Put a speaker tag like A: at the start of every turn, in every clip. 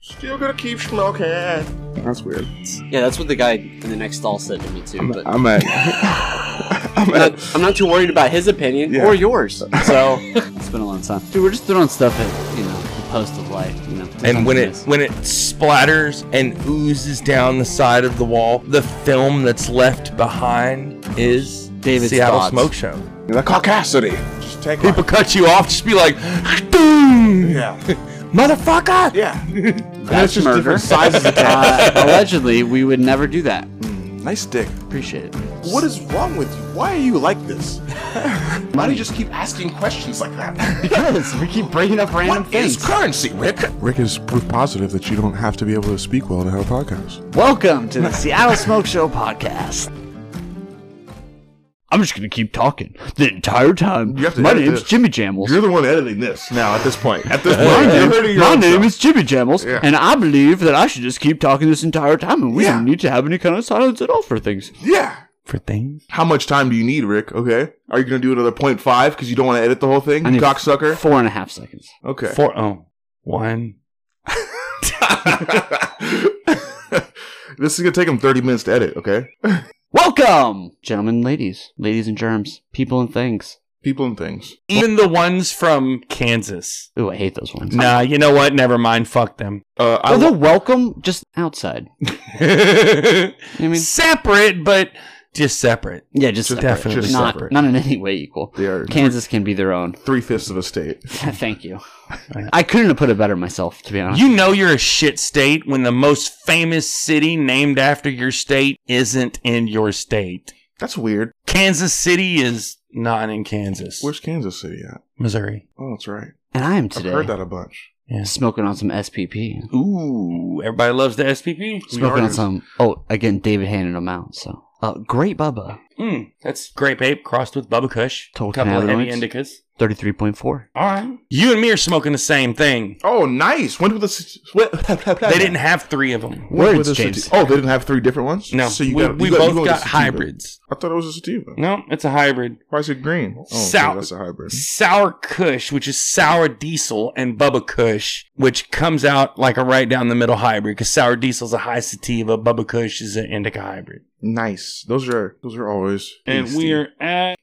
A: Still gonna keep smoking.
B: That's weird.
C: Yeah, that's what the guy in the next stall said to me too.
B: I'm,
C: but
B: I'm at. I'm
C: I'm
B: at.
C: not, I'm not too worried about his opinion
B: Yeah.
C: or yours. So it's been a long time, dude. We're just throwing stuff at you know the post of life, you know.
D: And when it
C: Sometimes.
D: when it splatters and oozes down the side of the wall, the film that's left behind is
C: David's
D: Seattle
C: thoughts.
D: Smoke Show.
B: The caucasity. Just take
D: People
B: one.
D: cut you off, just be like, boom,
B: Yeah.
D: motherfucker.
B: Yeah.
C: that's
B: just
C: murder.
B: different sizes of
C: uh, allegedly, we would never do that.
B: Nice dick.
C: Appreciate it.
B: What is wrong with you? Why are you like this? Why do you just keep asking questions like that?
C: Because we keep bringing up random
D: What
C: things.
D: is currency, Rick?
A: Rick is proof positive that you don't have to be able to speak well to have a podcast.
C: Welcome to the Seattle Smoke Show podcast. I'm just gonna keep talking the entire time.
A: You have to
C: My
A: edit
C: name's
A: this.
C: Jimmy Jambles.
A: the one editing this now. At this point, at this point,
C: my name, my name is Jimmy Jambles,
A: Yeah.
C: and I believe that I should just keep talking this entire time, and we
A: Yeah.
C: don't need to have any kind of silence at all for things.
A: Yeah.
D: For things.
A: How much time do you need, Rick? Okay. Are you gonna do another point five because you don't want to edit the whole thing,
C: I
A: you
C: need
A: cocksucker?
C: Four and a half seconds.
A: Okay.
D: Four. Oh, one.
A: this is gonna take him thirty minutes to edit. Okay.
C: Welcome, gentlemen, ladies, ladies and germs, people and things.
A: People and things.
D: Even the ones from Kansas.
C: Ooh, I hate those ones.
D: Nah, you know what? Never mind. Fuck them.
A: Uh, I
C: Although welcome, just outside. You know what I mean,
D: separate, but just separate.
C: yeah, just,
A: Just-
C: separate.
D: definitely
C: not
A: separate.
C: not in any way equal.
A: they are
C: Kansas can be their own.
A: three fifths of a state.
C: Thank you. I couldn't have put it better myself, to be honest.
D: You know you're a shit state when the most famous city named after your state isn't in your state.
A: That's weird.
D: Kansas City is not in Kansas.
A: Where's Kansas City at?
D: Missouri?
A: Oh, that's right.
C: and I am
A: I've
C: today
A: heard that a bunch.
D: Yes.
C: smoking on some SPP,
D: Ooh, everybody loves the SPP.
C: smoking on
A: artists.
C: some. Oh, again, David handed them out. So, uh, great Bubba,
D: Mm, that's grape ape crossed with Bubba Kush.
C: Total
D: couple of heavy
C: cannabinoids.
D: indicas.
C: thirty-three point four.
D: All right. You and me are smoking the same thing.
A: Oh, nice. When did the when-
D: They didn't have three of them.
A: When
C: Words,
A: were the
C: James.
A: sati- oh, they didn't have three different ones.
D: No,
A: so you
D: we,
A: got, you
D: we
A: got, you
D: both
A: the
D: got
A: sativa.
D: hybrids.
A: I thought it was a sativa.
D: No, it's a hybrid.
A: Why is it green? Oh, okay,
D: Sal-
A: that's a hybrid.
D: Sour Kush, which is sour diesel, and Bubba Kush, which comes out like a right down the middle hybrid, because sour diesel's a high sativa, Bubba Kush is an indica hybrid.
A: Nice. Those are those are always.
D: And
A: tasty.
D: we are at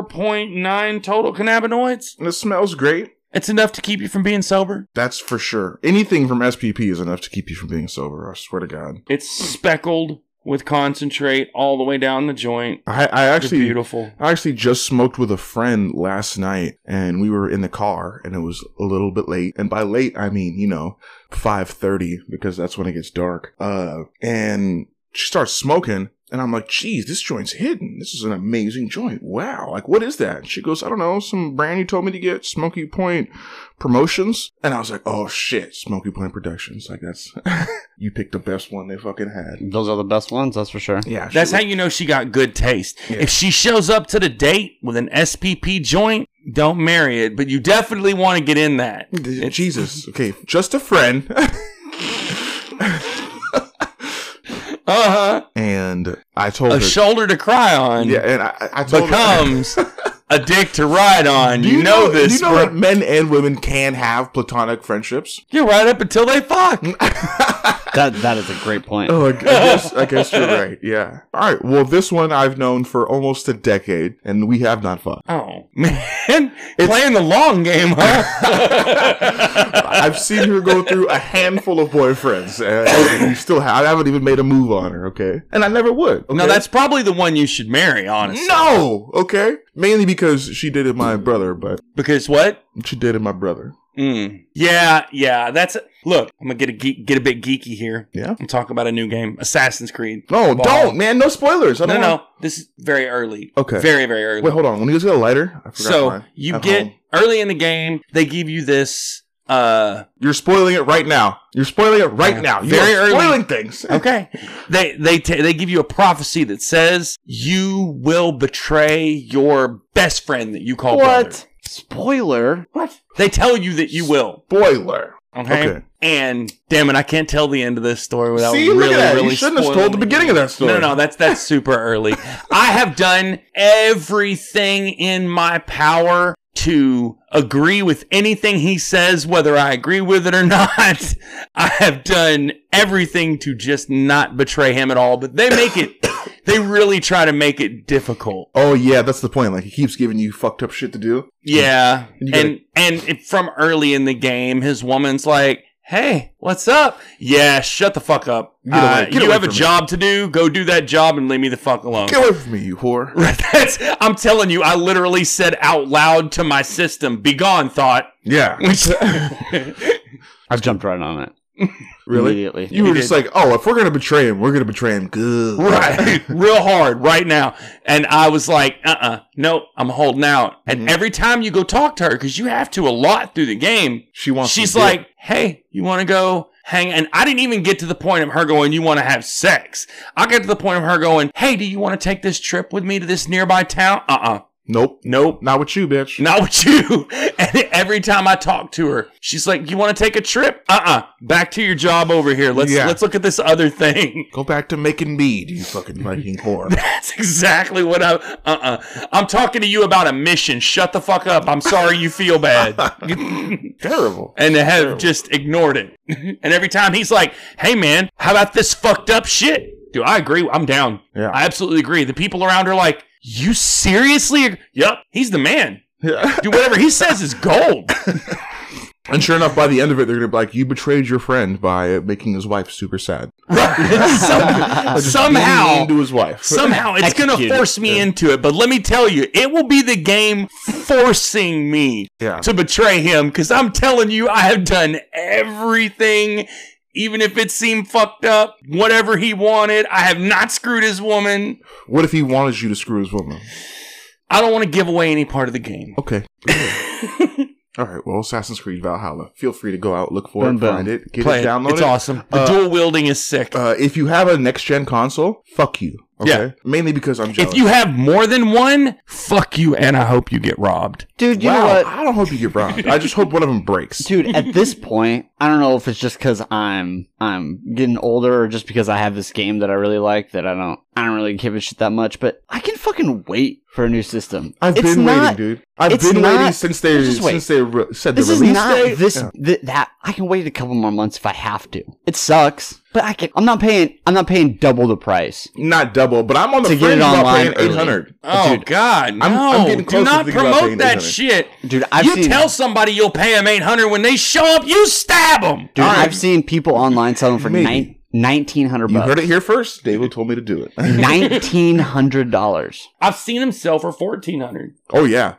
D: 34.9 total cannabinoids.
A: And it smells great.
D: It's enough to keep you from being sober.
A: That's for sure. Anything from SPP is enough to keep you from being sober. I swear to God.
D: It's speckled with concentrate all the way down the joint.
A: I, I
D: It's
A: actually
D: beautiful.
A: I actually just smoked with a friend last night and we were in the car and it was a little bit late. And by late, I mean, you know, 5.30 because that's when it gets dark. Uh, and she starts smoking and I'm like, geez, this joint's hidden. This is an amazing joint. Wow. Like, what is that? And she goes, I don't know, some brand you told me to get, Smoky Point Promotions. And I was like, oh shit, Smoky Point Productions. Like that's, you picked the best one they fucking had.
C: Those are the best ones, that's for sure.
A: Yeah. she
D: That's how
A: was-
D: you know she got good taste.
A: Yeah.
D: If she shows up to the date with an SPP joint, don't marry it, but you definitely want to get in that. It's-
A: Jesus. Okay. Just a friend.
D: Uh-huh.
A: and I told
D: A
A: her,
D: shoulder to cry on
A: yeah, and I, I told her,
D: becomes a dick to ride on.
A: do
D: You, know, this.
A: Do you know
D: bro.
A: that men and women can have platonic friendships?
D: You're right up until they fuck.
C: That that is a great point.
A: Oh, I guess, I guess you're right. Yeah. All right. Well, this one I've known for almost a decade, and we have not fucked.
D: Oh, man. Playing the long game, huh?
A: I've seen her go through a handful of boyfriends, and we still have, I haven't even made a move on her. Okay, and I never would.
D: No,
A: okay?
D: that's probably the one you should marry, honestly.
A: no. Okay, mainly because she dated my brother, but
D: Because what?
A: she dated my brother.
D: Mm. Yeah, yeah. That's look. I'm gonna get a geek, get a bit geeky here.
A: Yeah.
D: and talk about a new game, Assassin's Creed.
A: No,
D: Ball.
A: don't, man. No spoilers. I
D: No,
A: don't
D: no,
A: want-
D: This is very early.
A: Okay.
D: Very, very early.
A: Wait, hold on. When you guys get a lighter, I forgot
D: so
A: mine.
D: you
A: At
D: get
A: home.
D: early in the game. They give you this. Uh.
A: You're spoiling it right now. You're spoiling it right
D: Yeah.
A: now. You
D: Very
A: are
D: early.
A: spoiling things.
D: Okay. they they ta they give you a prophecy that says you will betray your best friend that you call brother.
C: what? Spoiler.
D: What? They tell you that you will.
A: Spoiler.
D: Okay?
A: Okay.
D: And damn it, I can't tell the end of this story without
A: See,
D: really,
A: look at that.
D: really
A: you shouldn't have
D: spoiling
A: told the
D: it.
A: beginning of that story.
D: No, no, that's that's super early. I have done everything in my power to agree with anything he says, whether I agree with it or not. I have done everything to just not betray him at all, but they make it, they really try to make it difficult.
A: Oh yeah, that's the point. Like he keeps giving you fucked up shit to do.
D: Yeah.
A: And you
D: And
A: gotta-
D: and, it- from early in the game, his woman's like, Hey, what's up? Yeah, shut the fuck up.
A: Get away-
D: Uh,
A: get
D: you
A: away
D: have a
A: from me."
D: job to do. Go do that job and leave me the fuck alone.
A: Get away from me, you whore.
D: Right, That's, I'm telling you, I literally said out loud to my system, "Be gone, thought."
A: Yeah,
D: Which,
C: I've jumped right on it.
A: really.
C: Immediately.
A: You were just like, oh, if we're gonna betray him, we're gonna betray him good.
D: right, real hard right now. And I was like, "Uh, uh no, I'm holding out."
A: Mhm.
D: And every time you go talk to her, because you have to a lot through the game,
A: She wants.
D: she's
A: to do it.
D: like, "Hey, you want to go hang?" And I didn't even get to the point of her going, "You want to have sex." I got to the point of her going, "Hey, do you want to take this trip with me to this nearby town?" Uh, uh
A: nope,
D: nope.
A: not with you, bitch.
D: Not with you. And every time I talk to her, she's like, "You want to take a trip? Uh-uh. Back to your job over here. Let's
A: Yeah.
D: let's look at this other thing."
A: Go back to making mead, you fucking Viking whore.
D: That's exactly what I. Uh-uh. I'm talking to you about a mission. Shut the fuck up. I'm sorry you feel bad.
A: Terrible.
D: and have just ignored it. and every time he's like, "Hey man, how about this fucked up shit?" Dude, I agree. I'm down.
A: Yeah.
D: I absolutely agree. The people around are like, "You seriously?" ag-" Yep. He's the man.
A: Yeah.
D: Dude, whatever he says is gold.
A: And sure enough, by the end of it, they're gonna be like, "You betrayed your friend by uh, making his wife super sad."
C: Uh,
D: Some-
A: Being mean
D: somehow,
A: to his wife.
D: somehow, it's going to
C: Execute it.
D: force me into it. But let me tell you, it will be the game forcing me
A: yeah.
D: to betray him because I'm telling you, I have done everything, even if it seemed fucked up, whatever he wanted. I have not screwed his woman.
A: What if he wanted you to screw his woman?
D: I don't want to give away any part of the game.
A: Okay. All right. Well, Assassin's Creed Valhalla. Feel free to go out, look for
C: Boom,
A: it,
C: boom.
A: find it, get
D: Play
A: it,
D: it.
A: download
D: It's
A: it.
D: awesome. The
A: Uh,
D: dual wielding is sick.
A: Uh, if you have a next gen console, fuck you. Okay.
D: Yeah.
A: Mainly because I'm jealous.
D: if you have more than one, fuck you, and I hope you get robbed.
C: Dude, you
A: wow,
C: know what?
A: I don't hope you get robbed. I just hope one of them breaks.
C: dude at this point i don't know if it's just because i'm i'm getting older or just because i have this game that i really like that i don't i don't really give a shit that much but i can fucking wait for a new system
A: I've
C: It's
A: been
C: not-
A: waiting, dude. I've
C: it's
A: been waiting
C: not-
A: since they
C: just wait.
A: since they re- said
C: this
A: the
C: is
A: release
C: not
A: date.
C: this
A: Yeah.
C: th- that i can wait a couple more months if i have to it sucks but i can i'm not paying i'm not paying double the price
A: Not double, but I'm on the
C: To get
A: fringe
C: it
A: about
C: online
A: paying eight
C: early.
A: hundred.
D: Oh
C: Dude,
D: God, no!
A: I'm- I'm getting
D: Do
A: close to
D: not
A: thinking about
D: promote
A: paying
D: that
A: 800.
D: shit.
C: dude i've
D: you
C: seen
D: tell somebody you'll pay them eight hundred when they show up, you stab them.
C: dude
A: Alright.
C: i've seen people online selling for
A: Maybe.
C: nine, 1900
A: You
C: bucks
A: heard it here first. David told me to do it.
C: $1900
D: I've seen them sell for fourteen hundred.
A: oh yeah,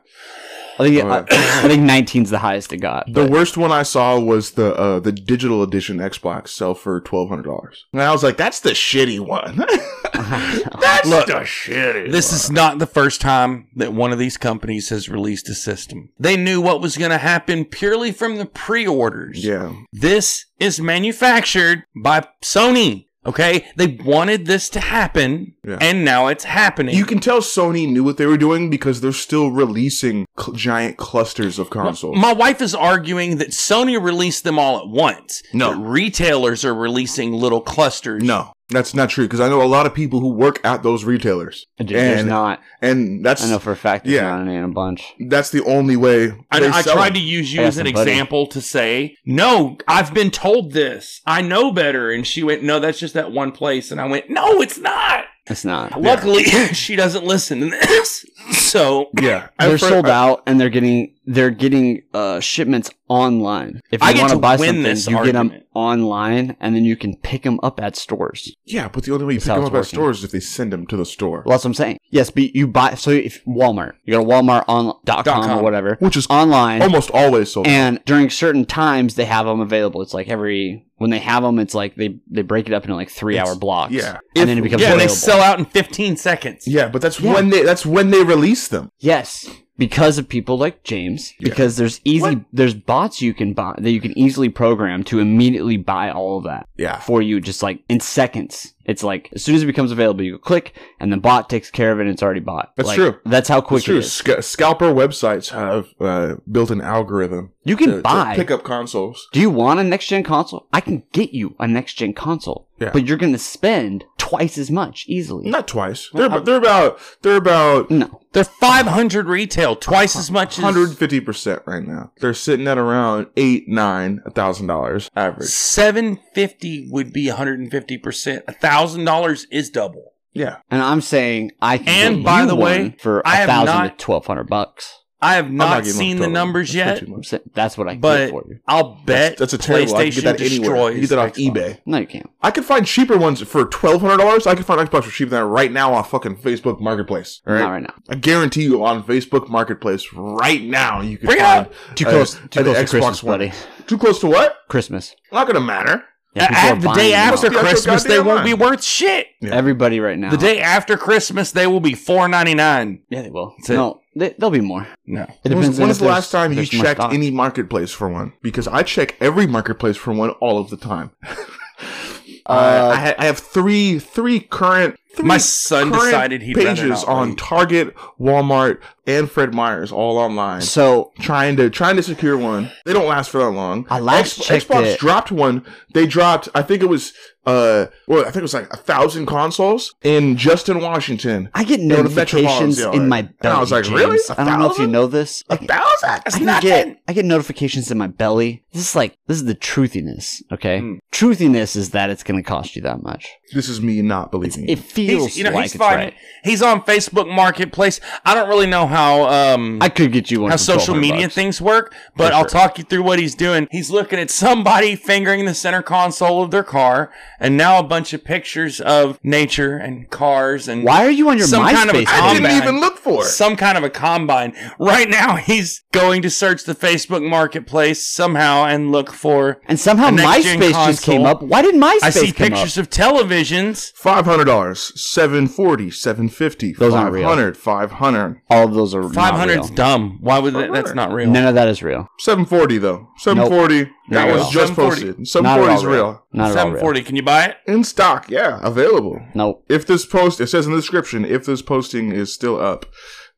C: I think,
A: Alright.
C: I, I think 19's the highest it got.
A: the worst one I saw was the uh, the digital edition Xbox sell for twelve hundred dollars, and I was like, "That's the shitty one." That's the shitty.
D: This is not the first time that one of these companies has released a system. They knew what was going to happen purely from the pre-orders.
A: yeah.
D: This is manufactured by Sony. Okay, they wanted this to happen,
A: Yeah.
D: and now it's happening.
A: You can tell Sony knew what they were doing because they're still releasing cl- giant clusters of consoles.
D: My wife is arguing that Sony released them all at once.
A: No.
D: That retailers are releasing little clusters.
A: no, that's not true because I know a lot of people who work at those retailers,
C: Dude, there's
A: and-
C: not.
A: and that's
C: I know for a fact there's
A: yeah.
C: not any in a bunch.
A: that's the only way.
D: I,
A: they
D: I
A: sell
D: tried
A: them.
D: to use you
C: I got
D: as an
C: somebody.
D: example to say, no, I've been told this. I know better. And she went, no, that's just that one place. And I went, no, it's not.
C: It's not.
D: Luckily, she doesn't listen to this. So
A: Yeah,
C: They're
A: I've heard-
C: sold
A: I-
C: out and they're getting they're getting uh, shipments online. If
D: I
C: you
D: get
C: want to
D: to
C: buy
D: win
C: something,
D: this
C: you get them
D: argument.
C: online and then you can pick them up at stores.
A: Yeah, but the only way you
C: That's
A: pick
C: how
A: them
C: it's
A: up at
C: working.
A: stores is if they send them to the store,
C: Well, that's what I'm saying. Yes, but you buy so if Walmart, you go to Walmart on dot com,
D: com.
C: or whatever
A: which is
C: online.
A: almost always sold. out.
C: and during certain times they have them available. It's like every when they have them, it's like they they break it up into like three hour blocks.
A: yeah.
C: and
A: If-
C: then it becomes
D: yeah, they
C: available.
D: sell out in 15 seconds.
A: yeah, but that's
C: Yeah.
A: when they that's when they release them.
C: Yes, because of people like James.
A: Yeah.
C: Because there's easy there's bots you can buy that you can easily program to immediately buy all of that
A: Yeah,
C: for you just like in seconds. It's like as soon as it becomes available, you click and the bot takes care of it and it's already bought.
A: That's
C: Like,
A: true.
C: That's how quick
A: it's true.
C: it is.
A: Sc- scalper websites have uh, built an algorithm
C: You
A: to,
C: can
A: to
C: buy
A: pick up consoles.
C: Do you want a next gen console? I can get you a next gen console.
A: Yeah.
C: But you're gonna spend twice as much easily.
A: Not twice. They're about, they're about they're about
C: No.
D: They're 500 retail, twice as much as
A: 150 percent right now. They're sitting at around eight nine a thousand dollars average.
D: 750 would be 150 percent. A thousand dollars is double.
A: Yeah,
C: And I'm saying I can
D: And
C: get
D: by
C: you
D: the way,
C: one for
D: I
C: a
D: have
C: thousand
D: not-
C: to twelve hundred bucks.
D: I have not
A: giving them
D: seen the
A: total.
D: numbers
A: That's
D: yet,
A: way too
C: I'm
A: much.
C: saying that's what I can
D: but
C: get for you.
D: I'll bet
A: That's a terrible. I can get
D: PlayStation
A: that anywhere.
D: destroys.
A: You get that off
D: Xbox.
A: eBay.
C: No, you can't.
A: I could find cheaper ones for twelve hundred dollars. I could find Xbox for cheaper than that right now on fucking Facebook Marketplace. All
C: Not
A: right,
C: right now.
A: I guarantee you on Facebook Marketplace right now you can
D: Bring it
A: find
D: up.
E: Too
A: Uh,
E: close, too
A: uh, the
E: close to
A: Xbox
E: Christmas,
A: One.
E: buddy.
A: too close to what?
C: Christmas.
A: Not gonna matter.
C: Yeah,
D: A-
C: people are
D: at the
C: buying
D: day
C: them
D: after
C: now.
A: That's your
D: Christmas, they
A: goddamn
D: won't
A: line.
D: be worth shit.
A: Yeah.
C: Everybody right now.
D: The day after Christmas, they will be four ninety nine.
C: Yeah, they will.
D: it.
C: No, they, there'll be more.
D: No,
A: When
C: It
A: was,
C: depends.
A: when
C: on
A: was
C: if
A: the
C: there's-
A: last time you
C: there's more
A: checked
C: stock.
A: any marketplace for one? Because I check every marketplace for one all of the time.
C: Uh,
A: I, I, ha- I have three three current three
D: my son
A: current
D: decided he'd rather
A: pages
D: not
A: on
D: wait.
A: Target, Walmart, and Fred Meyer's all online.
C: So
A: Trying to trying to secure one. They don't last for that long.
C: I last checked
A: Xbox
C: it.
A: dropped one. They dropped. I think it was. Uh, well, I think it was like a thousand consoles in just in Washington.
C: I get
A: know, the
C: notifications
A: Metropolitan,
C: in my
A: and
C: belly.
A: I was like,
C: James.
A: really? A
C: I don't know if you
A: thousand?
C: know this. I
A: A
C: can-
A: thousand?
C: I can get I get notifications in my belly. This is like this is the truthiness. Okay,
D: Mm.
C: truthiness is that it's going to cost you that much.
A: This is me not believing.
C: It feels
D: Hmm. He's, you know,
C: like
D: he's
C: it's
D: fine.
C: right.
D: He's on Facebook Marketplace. I don't really know how um
C: I could get you one.
D: how
C: for
D: social
C: 1200
D: media
C: bucks.
D: things work, but
C: For
D: I'll
C: sure.
D: talk you through what he's doing. He's looking at somebody fingering the center console of their car, and now a bunch of pictures of nature and cars and
C: Why are you on your
D: Some
C: MySpace?
D: kind of a
A: I
C: page?
A: didn't
D: combat.
A: even look for it.
D: some kind of a combine. Right now, he's going to search the Facebook Marketplace somehow and look for.
C: and somehow
D: A next-gen
C: MySpace just came
D: console.
C: up. Why did MySpace
D: I see
C: come
D: pictures
C: up?
D: of televisions.
A: Five hundred dollars, seven forty, seven fifty,
C: Those
A: five
C: aren't real.
A: hundred, five hundred,
C: All of those are
D: Five
C: 500.
D: hundred's dumb. Why would that, that's not real?
C: None of that is real.
A: seven forty though, seven forty. That
C: Not
A: was
C: real.
A: just
D: 740.
A: posted.
C: Not
A: Seven
C: at
A: forty
C: all
A: is real
C: Not at all
D: Seven
C: real.
D: forty. Can you buy it?
A: in stock. Yeah, available.
C: Nope.
A: If this post, it says in the description, if this posting is still up,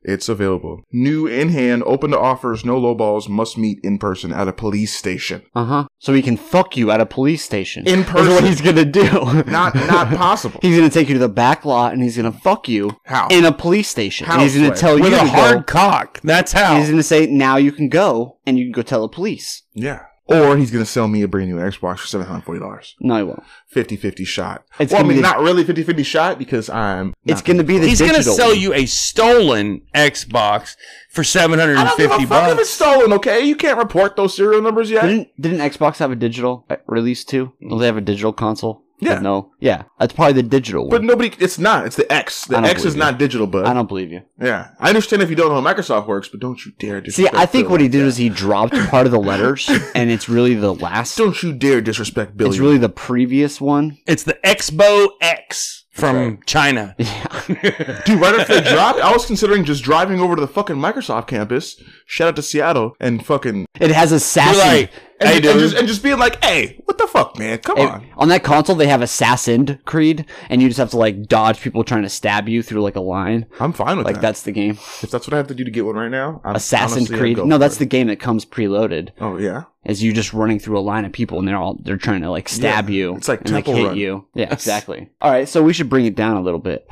A: it's available. New in hand, open to offers, no low balls, must meet in person at a police station.
C: Uh huh. So he can fuck you at a police station.
A: In
C: That's what
A: person.
C: he's gonna do.
A: Not not possible.
C: He's gonna take you to the back lot and he's gonna fuck you
A: How?
C: in a police station. and he's
A: House
C: gonna
A: way.
C: tell
D: With
C: you
D: a
C: to
D: hard
C: go.
D: cock. That's
C: and
D: how.
C: He's gonna say now you can go and you can go tell the police.
A: Yeah. Or he's gonna sell me a brand new Xbox for seven hundred forty dollars.
C: No, he won't.
A: 50-50 shot.
C: It's
A: well, I
C: gonna
A: mean,
C: be the-
A: not really 50-50 shot because I'm.
C: It's gonna be the
D: He's
C: digital.
D: gonna sell
C: one.
D: you a stolen Xbox for seven hundred
A: I
D: and
A: don't give a
D: fifty
A: fuck if it's
D: bucks.
A: stolen. Okay, you can't report those serial numbers yet.
C: Didn't didn't Xbox have a digital uh, release too? Don't they have a digital console?
A: Yeah.
C: No. Yeah. That's probably the digital
A: But
C: one.
A: nobody, it's not. It's the X. The
C: I don't
A: X is
C: believe
A: not digital, but
C: I don't believe you.
A: yeah, I understand if you don't know how Microsoft works, but don't you dare
C: See,
A: disrespect.
C: I think
A: Bill
C: what he
A: like
C: did
A: that.
C: was he dropped part of the letters, and it's really the last.
A: Don't you dare disrespect Billy.
C: It's really the previous one.
D: It's the Expo X from China.
C: Yeah.
A: dude. Right after they dropped, I was considering just driving over to the fucking Microsoft campus. Shout out to Seattle and fucking
C: It has a
D: You're
C: sassy.
D: like,
A: and,
D: hey,
A: and
D: dude.
A: just and just being like, hey, what the fuck, man? Come
C: It-
A: on.
C: on that console, they have Assassin Creed, and you just have to like dodge people trying to stab you through like a line.
A: I'm fine with
C: Like
A: that.
C: that's the game.
A: If that's what I have to do to get one right now, I'm,
C: Assassin
A: honestly, I'd
C: Creed.
A: go
C: No,
A: for
C: that's
A: it.
C: the game that comes preloaded.
A: Oh yeah.
C: Is you just running through a line of people, and they're all they're trying to like stab
A: Yeah,
C: you.
A: it's like
C: and
A: Temple
C: hit
A: Run.
C: you. Yeah, exactly. All right, so we should bring it down a little bit,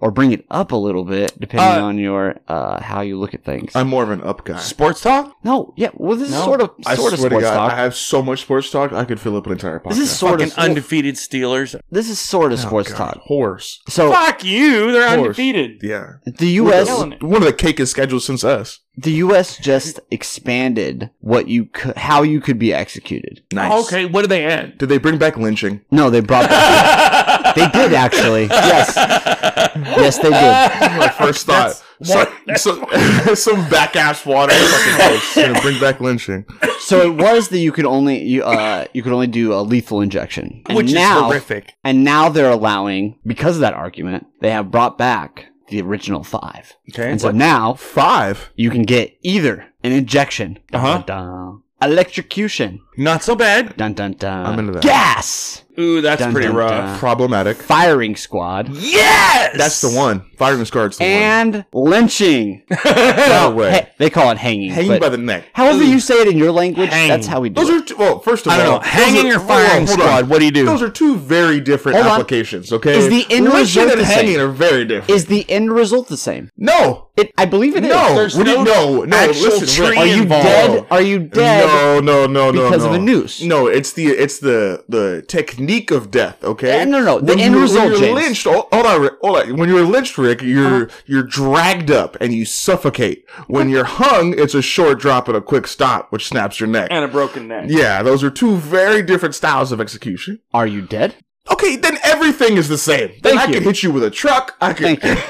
C: or bring it up a little bit, depending
D: Uh,
C: on your uh how you look at things.
A: I'm more of an up guy.
D: Sports talk.
C: No, yeah. Well, this
D: No.
C: is sort of
A: I
C: sort of
A: swear to
C: sports
A: God,
C: talk.
A: I have so much sports talk, I could fill up an entire podcast.
C: this is sort
D: Fucking
C: of
D: undefeated Steelers.
C: this is sort of
A: Oh,
C: sports
A: God.
C: talk.
A: Horse.
C: So
D: Fuck you. They're
A: Of course.
D: undefeated.
A: Yeah.
C: the
D: We're
C: U.S.
D: killing it.
A: One of the cakest schedules since us.
C: the U.S. just expanded what you could, how you could be executed.
A: Nice.
D: Okay, what do they add?
A: Did they bring back lynching?
C: No, they brought that. they did actually. Yes, yes, they did.
A: My first thought. So, so- some back ass water. gonna bring back lynching.
C: So it was that you could only you uh you could only do a lethal injection, And
D: Which
C: now-
D: is horrific.
C: And now they're allowing because of that argument, they have brought back the original five.
D: Okay.
C: and so now
A: Five.
C: you can get either an injection, dun,
D: Uh-huh.
C: dun, dun, electrocution,
D: Not so bad.
C: dun dun dun,
A: I'm into that.
C: gas,
D: Ooh, that's
C: Dun,
D: pretty
C: dun,
D: rough.
C: dun.
A: uh, Problematic.
C: Firing Squad,
D: Yes,
A: That's the one. Firing squad's the
C: and lynching.
A: one. No way.
C: Hey, they call it hanging.
A: Hanging
C: but
A: by the neck.
C: however you say it in your language,
D: Hang.
C: that's how we do
A: Those
C: it.
A: are two, well. First of
D: I
A: all,
D: don't know.
A: those
D: Hanging
A: are-
D: or
A: hold on,
D: firing
A: hold on.
D: squad. What do you do?
A: Those are two very different
C: Hold on.
A: applications. Okay.
C: Is the end
A: Lynching
C: result
A: and
C: the
A: hanging
C: same?
A: are very different?
C: Is the end result the same?
A: no,
C: It, I believe it is.
A: no.
D: There's
A: What do you-
D: no
A: no, no.
D: actual
A: listen, Rick,
D: tree
A: are you
D: involved.
A: dead?
C: Dead? Are you dead?
A: No, no, no, no,
C: because
A: no.
C: of a noose.
A: No, it's the it's the the technique of death. Okay.
C: Yeah, no, no, the
A: When
C: end
A: you-
C: result,
A: When you're
C: James. Uh-huh.
A: lynched, hold hold on, Rick, hold on. When you're lynched, Rick, you're you're dragged up and you suffocate. When you're hung, it's a short drop and a quick stop, which snaps your neck.
D: and a broken neck.
A: Yeah, those are two very different styles of execution.
C: Are you dead?
A: Okay, then everything is the same. Then
C: Thank
A: I
C: you.
A: can hit you with a truck. I can
C: Thank you.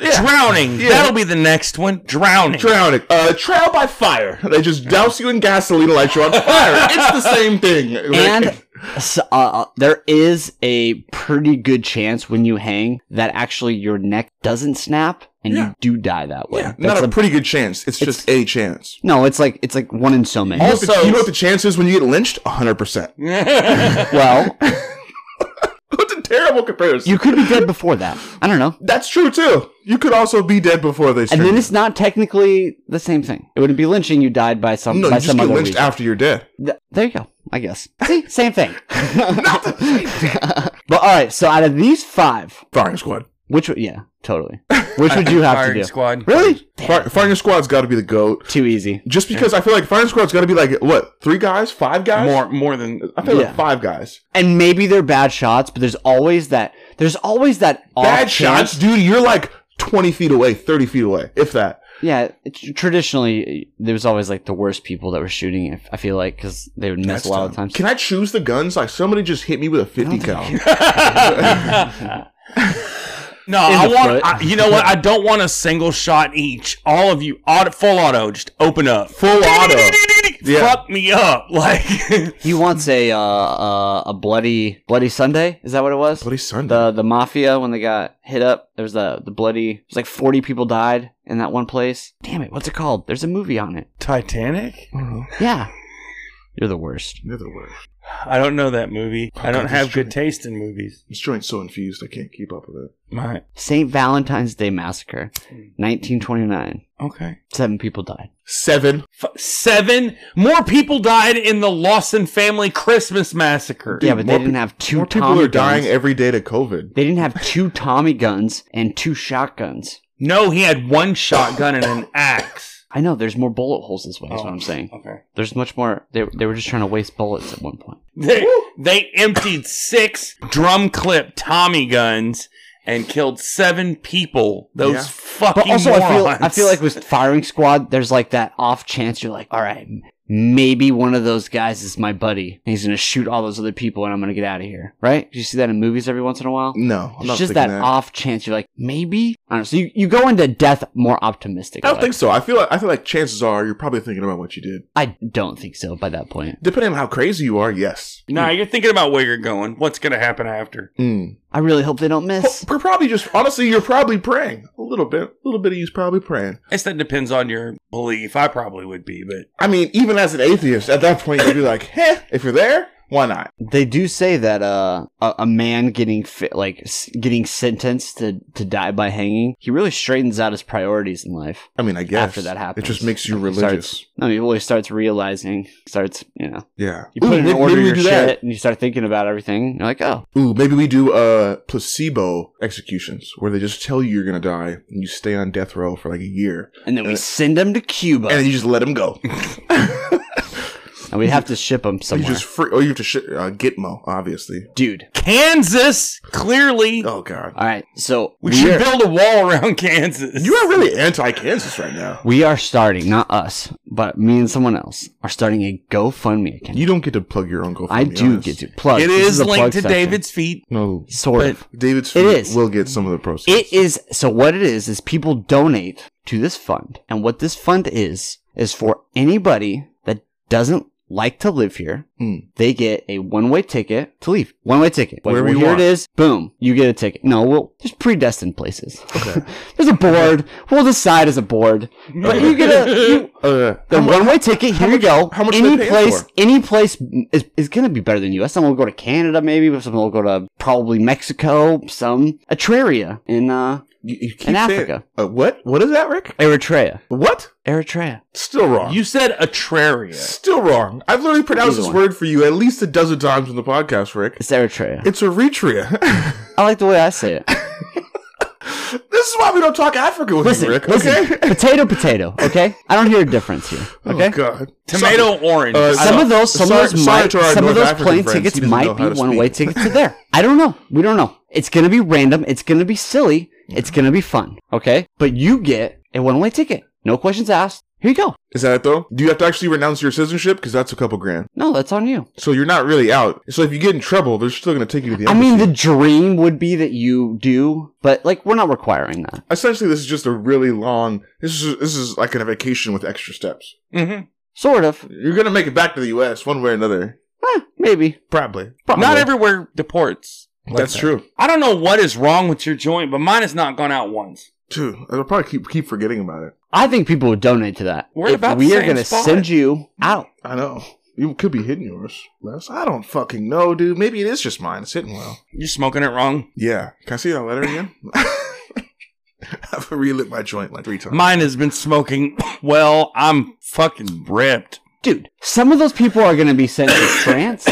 A: yeah.
D: Drowning.
A: Yeah.
D: That'll be the next one. Drowning.
A: drowning. Uh, trial by fire. They just douse you in gasoline and light you on fire. it's the same thing.
C: And so, uh, there is a pretty good chance when you hang that actually your neck doesn't snap and
A: Yeah.
C: you do die that way.
A: yeah,
C: That's
A: not a,
C: a-
A: pretty good chance. It's, just a chance.
C: no, it's like it's like one in so many.
A: You know what the-
D: Also-
A: you know what the chance is when you get lynched? 100%.
C: well,
A: That's a terrible comparison.
C: you could be dead before that. I don't know.
A: That's true, too. You could also be dead before they
C: And
A: string
C: then
A: you.
C: it's not technically the same thing. It wouldn't be lynching. You died by some
A: No,
C: by
A: you just
C: some
A: get
C: other
A: lynched
C: reason.
A: after you're dead.
C: Th- there you go. I guess. See, same thing. but all right. So out of these five,
A: Firing squad.
C: which would- yeah, totally. Which would you have to
D: Firing
C: do?
D: squad.
C: Really?
A: Fire, firing squad's got to be the goat.
C: Too easy.
A: Just because I feel like firing squad's got to be like, what, three guys? Five guys?
D: More, more than
A: I feel
C: Yeah.
A: like five guys.
C: And maybe they're bad shots, but there's always that. There's always that off
A: Bad
C: chance-
A: shots, dude. You're like 20 feet away, 30 feet away, if that.
C: Yeah, it's, traditionally there was always like the worst people that were shooting. I- I feel like because they would miss
A: Next
C: a lot
A: time.
C: of times.
A: Can I choose the guns? Like somebody just hit me with a 50 cal.
D: No,
C: In
D: I
C: the foot.
D: want. I, you know what? I don't want a single shot each. All of you, auto, full auto, just open up.
A: Full auto. Yeah.
D: Fuck me up, like
C: He wants a uh, uh, a bloody bloody Sunday. Is that what it was?
A: Bloody Sunday.
C: the the mafia when they got hit up. There was the the bloody. It was like forty people died in that one place. Damn it! What's it called? There's a movie on it.
D: Titanic.
A: I don't know.
C: Yeah. You're the worst.
A: Another word.
D: I don't know that movie. I don't
A: God,
D: have
A: this
D: good taste in movies.
A: This joint's so infused, I can't keep up with it.
D: My
C: St. Valentine's Day Massacre, 1929.
D: okay.
C: Seven people died.
A: Seven.
D: F- seven more people died in the Lawson family Christmas massacre.
C: yeah, but they
A: more
C: didn't
A: peop-
C: have two
A: More
C: Tommy
A: people are
C: guns.
A: dying every day to COVID.
C: they didn't have two Tommy guns and two shotguns.
D: No, he had one shotgun and an axe.
C: I know there's more bullet holes this way. Is
D: Oh,
C: what I'm saying.
D: Okay.
C: There's much more. They they were just trying to waste bullets at one point.
D: They, they emptied six drum clip Tommy guns and killed seven people. Those
A: Yeah.
D: fucking
C: But also, I feel
D: morons.
C: I feel like with firing squad, there's like that off chance you're like, all right, m- maybe one of those guys is my buddy, and he's gonna shoot all those other people, and I'm gonna get out of here, right? Do you see that in movies every once in a while?
A: No, I'm
C: It's
A: not
C: just
A: thinking
C: that,
A: that.
C: off chance you're like, maybe I don't know. So you, you go into death more optimistic.
A: I don't
C: like,
A: think so. I feel like I feel like chances are you're probably thinking about what you did.
C: I don't think so by that point.
A: Depending on how crazy you are, yes.
D: Nah,
C: Hmm.
D: you're thinking about where you're going. What's gonna happen after?
A: Mm.
C: I really hope they don't miss.
A: We're probably just honestly, you're probably praying a little bit. A little bit of you's probably praying.
D: I guess that depends on your belief. I probably would be, but
A: I mean, even as an atheist, at that point, you'd be like, "Heh, if you're there, why not?"
C: They do say that uh, a, a man getting fit, like s- getting sentenced to, to die by hanging, he really straightens out his priorities in life.
A: I mean, I guess
C: After that
A: it just
C: happens.
A: makes you
C: Like, he
A: religious.
C: starts- no, he really starts realizing, starts you know,
A: yeah.
C: you put
A: Ooh,
C: in
A: may-
C: order
A: maybe we
C: your
A: do
C: shit,
A: that.
C: and you start thinking about everything. You're like, oh,
A: Ooh, maybe we do uh placebo executions where they just tell you you're gonna die and you stay on death row for like a year
C: and then we
A: Uh,
C: send him to Cuba,
A: and then you just let them go.
C: and we have to ship him
A: you
C: somewhere,
A: just free. Oh, you have to shit uh, Gitmo, obviously.
C: dude.
D: Kansas clearly
A: Oh God,
C: All right, so
D: we
C: we,
D: should
C: are,
D: build a wall around Kansas.
A: you are really anti-Kansas right now.
C: we are starting, not us, but me and someone else are starting a GoFundMe account.
A: You don't get to plug your own GoFundMe.
C: I do
A: honest.
C: get to plug.
D: It
C: This
D: is
C: a plug
D: linked to
C: section.
D: David's feet.
A: No,
C: Sort
D: but-
C: of.
A: David's
C: It
A: feet
C: is.
A: will get some of the proceeds.
C: It is so what it is is people donate to this fund. And what this fund is is for anybody that doesn't like to live here,
A: Mm.
C: they get a one-way ticket to leave. One-way ticket.
A: Wherever you
C: here
A: want.
C: it is, boom, you get a ticket. No, well, there's predestined places. Okay. there's a board. We'll decide as a board. But you get a you,
A: Uh,
C: the one-way ticket. Here you go.
A: how much
C: any
A: they paying
C: place,
A: for?
C: any place is, is going to be better than U.S. Some will go to Canada, maybe. but Some will go to probably Mexico. Some Eritrea in uh
A: you, you keep
C: in
A: saying-
C: Africa.
A: Uh, what? What is that, Rick?
C: Eritrea.
A: What?
C: Eritrea.
A: Still wrong.
D: You said atraria.
A: Still wrong. I've literally pronounced
C: Either
A: this
C: one.
A: word for you at least a dozen times on the podcast, Rick.
C: It's Eritrea.
A: It's Eritrea.
C: I like the way I say it.
A: this is why we don't talk Africa with
C: Listen,
A: you, Rick.
C: listen.
A: Okay.
C: potato, potato. Okay, I don't hear a difference here. Okay.
A: Oh God.
D: Tomato orange.
A: Uh,
D: I
C: some
A: don't-
C: of those, some
A: sorry-
C: of those
A: sorry
C: might,
A: to our
C: some
A: North
C: of those
A: African
C: plane
A: friends. He
C: tickets
A: doesn't know
C: might
A: how
C: be
A: to
C: one way
A: speak.
C: tickets to there. I don't know. We don't know. It's gonna be random. It's gonna be silly. It's gonna be fun. Okay, but you get a one way ticket. No questions asked. Here you go.
A: Is that it though? Do you have to actually renounce your citizenship? Because that's a couple grand.
C: No, that's on you.
A: So you're not really out. So if you get in trouble, they're still going to take you to the.
C: I mean, the
A: embassy.
C: dream would be that you do, but like we're not requiring that.
A: essentially, this is just a really long. This is this is like a vacation with extra steps.
D: Mhm.
C: Sort of.
A: You're going to make it back to the U.S. one way or another.
C: Eh, maybe.
A: Probably.
C: Probably.
D: Not everywhere deports. like
A: that's
D: that.
A: true.
D: I don't know what is wrong with your joint, but mine has not gone out once.
A: Too. I'll probably keep keep forgetting about it.
C: I think people would donate to that.
D: We're
C: If
D: about
C: we
D: the
C: are
D: same
C: gonna
D: spot.
C: send you out.
A: I know. You could be hitting yours, Les. I don't fucking know, dude. Maybe it is just mine. It's hitting well.
D: You're smoking it wrong.
A: Yeah. Can I see that letter again? I've relit my joint like three times.
D: Mine has been smoking well. I'm fucking ripped.
C: Dude, some of those people are going to be sent to France.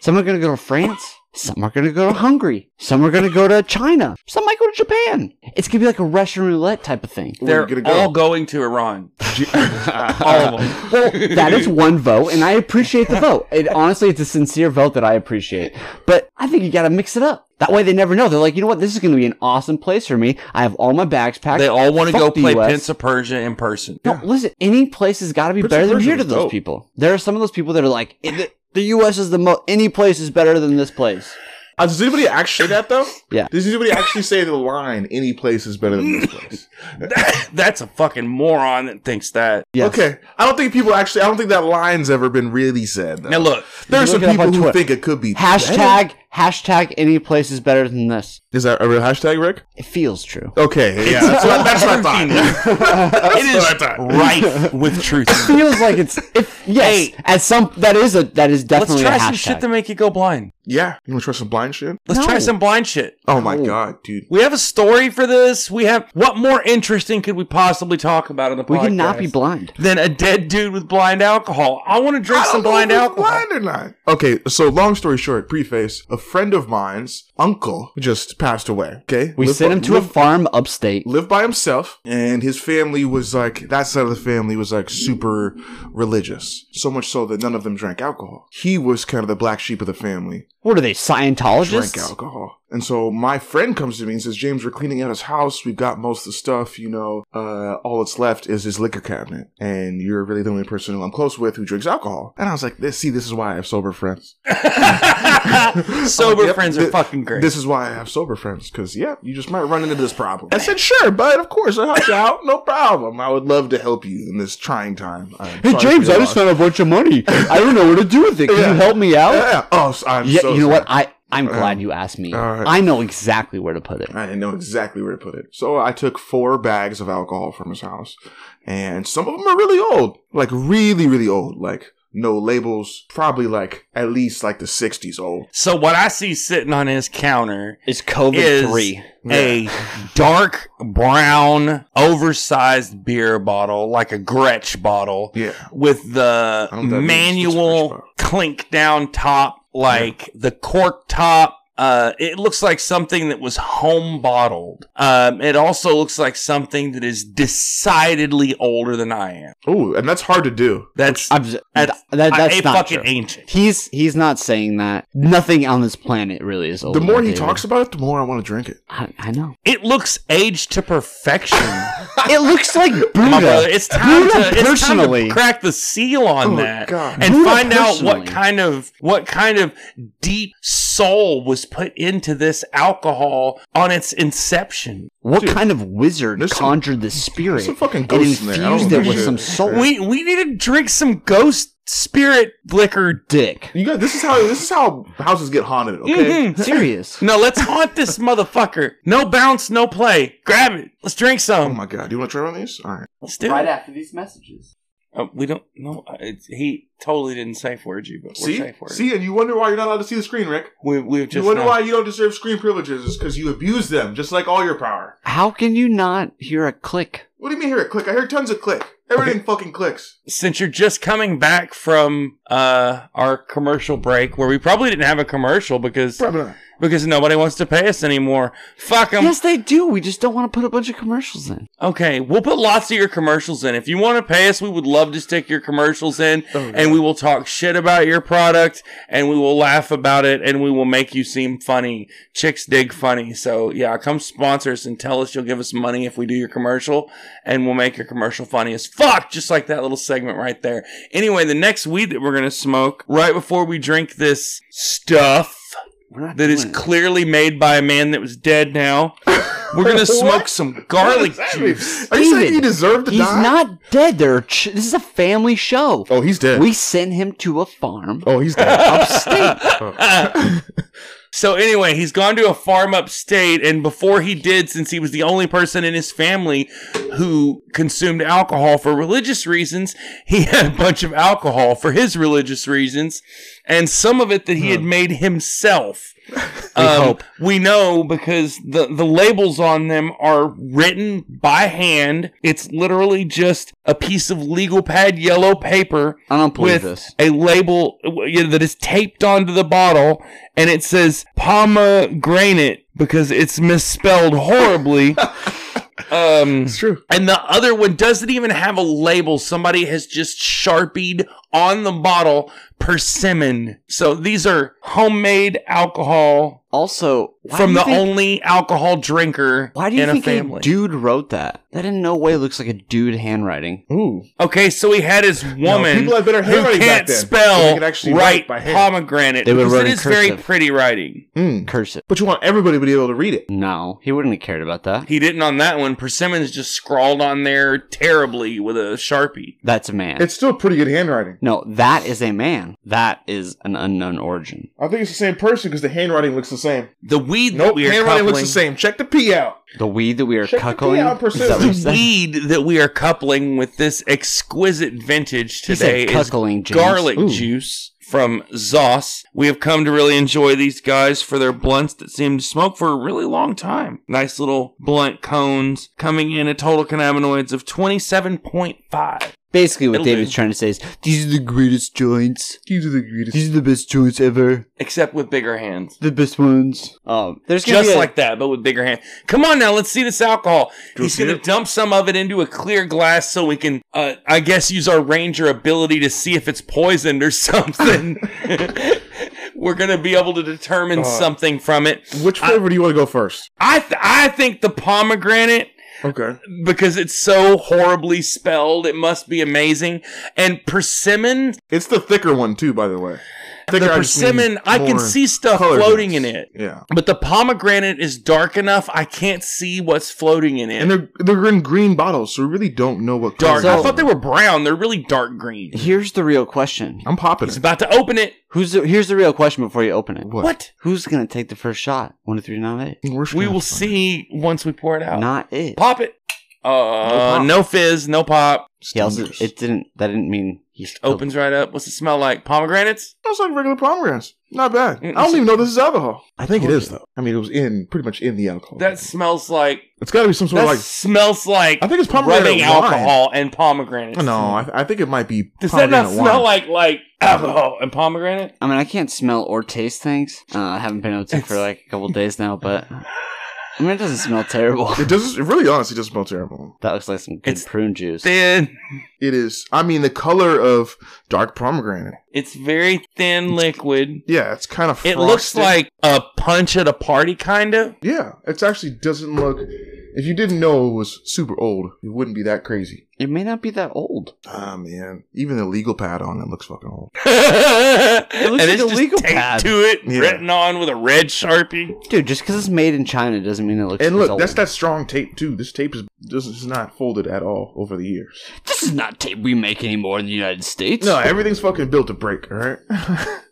C: Some are going to go to France. Some are going to go to Hungary. Some are going to go to China. Some might go to Japan. It's going to be like a Russian roulette type of thing.
A: Where
D: They're
A: are you gonna go?
D: all going to Iran. all of them.
C: Well, that is one vote, and I appreciate the vote. It, honestly, it's a sincere vote that I appreciate. But I think you got to mix it up. That way they never know. They're like, you know what? This is going to be an awesome place for me. I have all my bags packed.
D: They all want to
C: Fuck
D: go
C: the
D: play
C: US.
D: Prince of Persia in person.
C: No, listen, any place has got to be
A: Prince
C: better
A: of
C: than
A: Persia
C: here to
A: was
C: those
A: dope.
C: people. There are some of those people that are like, "Eh, the, the U.S. is the most, any place is better than this place.
A: Uh, does anybody actually say that though?
C: Yeah.
A: Does anybody actually say the line "any place is better than this place"?
D: That- that's a fucking moron that thinks that.
C: Yes.
A: Okay, I don't think people actually. I don't think that line's ever been really said. Though.
D: Now look,
A: there are
C: You
A: some
C: look it up
A: people
C: on
A: who
C: Twitter.
A: think it could be. better.
C: Hashtag, hashtag any place is better than this.
A: Is that a real hashtag, Rick?
C: It feels true.
A: Okay, yeah, that's what, that's what I thought.
D: it
A: what I
D: is
A: thought.
D: rife with truth.
C: feels like it's, if, yes,
D: Hey.
C: as some, that is a, that is
D: Let's
C: definitely
D: try
C: a hashtag.
D: some shit to make you go blind.
A: Yeah, you want to try some blind shit?
D: Let's
C: No.
D: try some blind shit.
A: Oh my god, dude!
D: We have a story for this. We have what more interesting could we possibly talk about on the podcast?
C: we cannot be blind.
D: than a dead dude with blind alcohol. I want to drink
A: I don't
D: some
A: know
D: blind
A: if it's
D: alcohol.
A: Blind or not? Okay, so long story short, preface: a friend of mine's uncle just passed away. Okay,
C: We
A: Lived
C: sent
A: by-
C: him to a
A: lived-
C: farm upstate.
A: lived by himself and his family was like that side of the family was like super religious so much so that none of them drank alcohol he was kind of the black sheep of the family
C: What are they,
A: drank
C: Scientologists?
A: alcohol and so my friend comes to me and says james we're cleaning out his house we've got most of the stuff you know uh, all that's left is his liquor cabinet and you're really the only person who i'm close with who drinks alcohol and i was like this see this is why i have sober friends
D: Sober
A: Oh, Yep,
D: friends are
A: thi-
D: fucking great.
A: This is why I have sober friends, because yeah, you just might run into this problem. I said, sure, bud, of course, I'll help you out, no problem. I would love to help you in this trying time. I'm
C: Hey,
A: sorry
C: James,
A: for
C: I
A: your
C: just
A: loss.
C: found a bunch of money. I don't know what to do with it. Can
A: Yeah.
C: you help me out?
A: Yeah, oh, so- I'm
C: Yeah,
A: so
C: you know
A: sorry.
C: what? I I'm glad
D: Uh-huh.
A: Um,
C: you asked me.
A: all right.
C: I know exactly where to put it.
A: I didn't know exactly where to put it. So I took four bags of alcohol from his house, and some of them are really old, like really, really old, like no labels, probably like at least like the '60s old.
D: so what I see sitting on his counter
C: It's COVID
D: Is-
C: three.
D: a dark brown oversized beer bottle like a Gretsch bottle
A: Yeah,
D: with the
A: I don't know if that means it's a Gretsch
D: manual
A: bottle.
D: clink down top like the cork top uh, it looks like something that was home bottled. Um, it also looks like something that is decidedly older than I am.
A: Ooh, and that's hard to do.
D: That's
C: I'm s- th-
D: That's-
A: uh,
C: that, that's
D: a
C: not
D: fucking
C: true.
D: ancient.
C: He's he's not saying that. Nothing on this planet really is old.
A: The more he talks about it, the more I want to drink it.
C: I, I know.
D: It looks aged to perfection,
C: it looks like
D: my brother.
C: Buddha.
D: It's time,
C: Buddha
D: to, it's time
C: personally.
D: to crack the seal on
A: Oh,
D: that
A: God.
D: and
C: Buddha
D: find out
C: personally.
D: what kind of what kind of deep soul was put into this alcohol on its inception.
C: What
A: Dude,
C: kind of wizard
A: there's some-
C: conjured this
A: There's
C: spirit
A: some fucking
C: and
A: ghosts in there. I don't
C: infused
A: know
C: it with
A: shit.
C: some soul?
D: We we need to drink some ghost spirit liquor.
C: Dick.
A: You guys, this is how this is how houses get haunted.
C: Mm-hmm.
A: Okay,
D: Mhm.
C: Serious.
D: No, let's haunt this motherfucker. No bounce, no play. Grab it. Let's drink
A: oh
D: some.
A: my god, do you want to try one of these? All right,
D: Let's do it.
C: after these messages.
D: Uh, we don't. No, uh, it's, he totally didn't safe word you, but we're
A: see,
D: safe word.
A: see, and you wonder why you're not allowed to see the screen, Rick.
D: we we've
A: You
D: just
A: wonder
D: now-
A: why you don't deserve screen privileges is because you abuse them, just like all your power.
C: How can you not hear a click?
A: What do you mean hear it click? I hear tons of click. Everything fucking clicks.
D: since you're just coming back from uh, our commercial break, where we probably didn't have a commercial because
A: Probably not.
D: because nobody wants to pay us anymore. Fuck them.
C: yes, they do. We just don't want to put a bunch of commercials in.
D: Okay, we'll put lots of your commercials in. If you want to pay us, we would love to stick your commercials in, and we will talk shit about your product, and we will laugh about it, and we will make you seem funny. Chicks dig funny, so yeah, come sponsor us and tell us you'll give us money if we do your commercial, and we'll make your commercial funny as fuck, just like that little segment right there. Anyway, the next weed that we're gonna smoke right before we drink this stuff
C: We're not
D: that is
C: doing it.
D: clearly made by a man that was dead now. We're gonna smoke some garlic juice.
A: Are you saying
C: Steven,
A: you deserve to
C: He's
A: die?
C: not dead. There. Are ch- this is a family show.
A: oh, he's dead.
C: We send him to a farm
A: oh, he's dead.
C: upstate.
D: so anyway, he's gone to a farm upstate, and before he did, since he was the only person in his family who consumed alcohol for religious reasons, he had a bunch of alcohol for his religious reasons, and some of it that he had made himself. We,
C: hope.
D: we know because the, the labels on them are written by hand. It's literally just a piece of legal pad yellow paper
C: I don't believe
D: with
C: this.
D: a label uh, you know, that is taped onto the bottle and it says pomegranate because it's misspelled horribly. um,
A: It's true.
D: and the other one doesn't even have a label. Somebody has just sharpied on the bottle persimmon. So these are homemade alcohol
C: Also, why do
D: from
C: you
D: the
C: think-
D: only alcohol drinker
C: Why do you
D: in
C: think
D: a family.
C: a dude wrote that? That in no way looks like a dude handwriting.
A: Ooh,
D: okay, so he had his woman.
A: people had better
D: who
A: handwriting back
D: can't
A: then.
D: spell
A: They could actually
D: right
A: write
D: by
A: by hand.
D: pomegranate
C: They would
D: because
C: write
D: it
C: in
D: is very
C: cursive.
D: pretty writing.
A: Mm.
C: Curse it.
A: but you want everybody to be able to read it.
C: No, he wouldn't have cared about that.
D: He didn't on that one. Persimmon's just scrawled on there terribly with a sharpie.
C: That's a man.
A: It's still pretty good handwriting.
C: no, that is a man. That is an unknown origin.
A: I think it's the same person because the handwriting looks the same.
D: The weed that
A: Nope,
D: we are
A: handwriting
D: coupling,
A: looks the same. Check the P out.
C: The weed that we are
A: Check the
C: cuckling.
A: pee out
C: is that what
A: persistent.
C: you
D: the
C: said?
D: weed that we are coupling with this exquisite vintage
C: He said
D: today is
C: cuckling, James.
D: garlic
A: Ooh.
D: juice from Zoss. We have come to really enjoy these guys for their blunts that seem to smoke for a really long time. Nice little blunt cones coming in at total cannabinoids of twenty seven point five.
C: Basically, what
D: It'll
C: David's
D: do.
C: trying to say is these are the greatest joints.
A: These are the greatest.
C: These are the best joints ever.
D: Except with bigger hands.
C: The best ones. Um, there's gonna
D: Oh, just
C: be a-
D: like that, but with bigger hand. Come on now, let's see this alcohol. He's
A: see
D: gonna
A: it?
D: dump some of it into a clear glass so we can, uh, I guess, use our ranger ability to see if it's poisoned or something. We're gonna be able to determine
A: Uh-huh.
D: something from it.
A: Which flavor do you want to go first?
D: I th- I think the pomegranate
A: Okay.
D: because it's so horribly spelled, it must be amazing. And persimmon,
A: It's the thicker one too, by the way.
D: the
A: Thicker, I just mean
D: persimmon, I can
A: more
D: see stuff
A: color
D: floating in
A: hints.
D: it.
A: Yeah.
D: But the pomegranate is dark enough; I can't see what's floating in it.
A: And they're they're in green bottles, so we really don't know what
D: dark.
A: color.
D: I thought they were brown. They're really dark green.
C: Here's the real question.
A: I'm popping
D: He's
A: it.
D: about to open it.
C: Who's the, here's the real question before you open it.
A: What?
C: Who's gonna take the first shot? One, two, three, not it.
A: We're just
D: We
A: gonna
D: will
A: find
D: see once we pour it out.
C: Not it.
D: Pop it. Uh,
A: pop.
D: no fizz, no pop.
A: out.
C: He also,
A: Stingers.
C: it didn't. That didn't mean he spilled-
D: Opens right up. What's it smell like? Pomegranates?
A: smells like regular pomegranates. Not bad.
D: Mm,
A: I
D: it's-
A: don't even know this is alcohol.
C: I think it is,
A: though. I mean, it was in pretty much in the alcohol.
D: That smells like.
A: it's got to be some sort
D: That
A: of like.
D: smells like.
A: I think it's pomegranate
D: rubbing
A: wine.
D: alcohol and pomegranates.
A: No, I, I think it might be.
D: Does that not
A: pomegranate
D: smell
A: wine.
D: like like alcohol and pomegranate?
C: I mean, I can't smell or taste things. Uh, I haven't been able to for
D: It's-
C: like a couple days now, but I mean, it doesn't smell terrible.
A: It does. It really, honestly, does smell terrible.
C: That looks like some good
D: It's-
C: prune juice.
D: Thin.
A: It is. I mean, the color of dark pomegranate.
D: It's very thin liquid.
A: Yeah, it's kind of.
D: It looks
A: frosted.
D: like a punch at a party, kind of.
A: Yeah, it actually doesn't look. If you didn't know it was super old, it wouldn't be that crazy.
C: It may not be that old.
A: Ah, man. Even the legal pad on it looks fucking old.
D: and
C: looks like
D: it's
C: a
D: just
C: legal
D: taped
C: pad.
D: to it,
A: Yeah.
D: written on with a red sharpie.
C: Dude, just because it's made in China doesn't mean it looks
A: And
C: it's
A: look,
C: old.
A: that's that strong tape too. This tape is this is not folded at all over the years.
C: This is not tape we make anymore in the United States.
A: No, everything's fucking built to break. All right,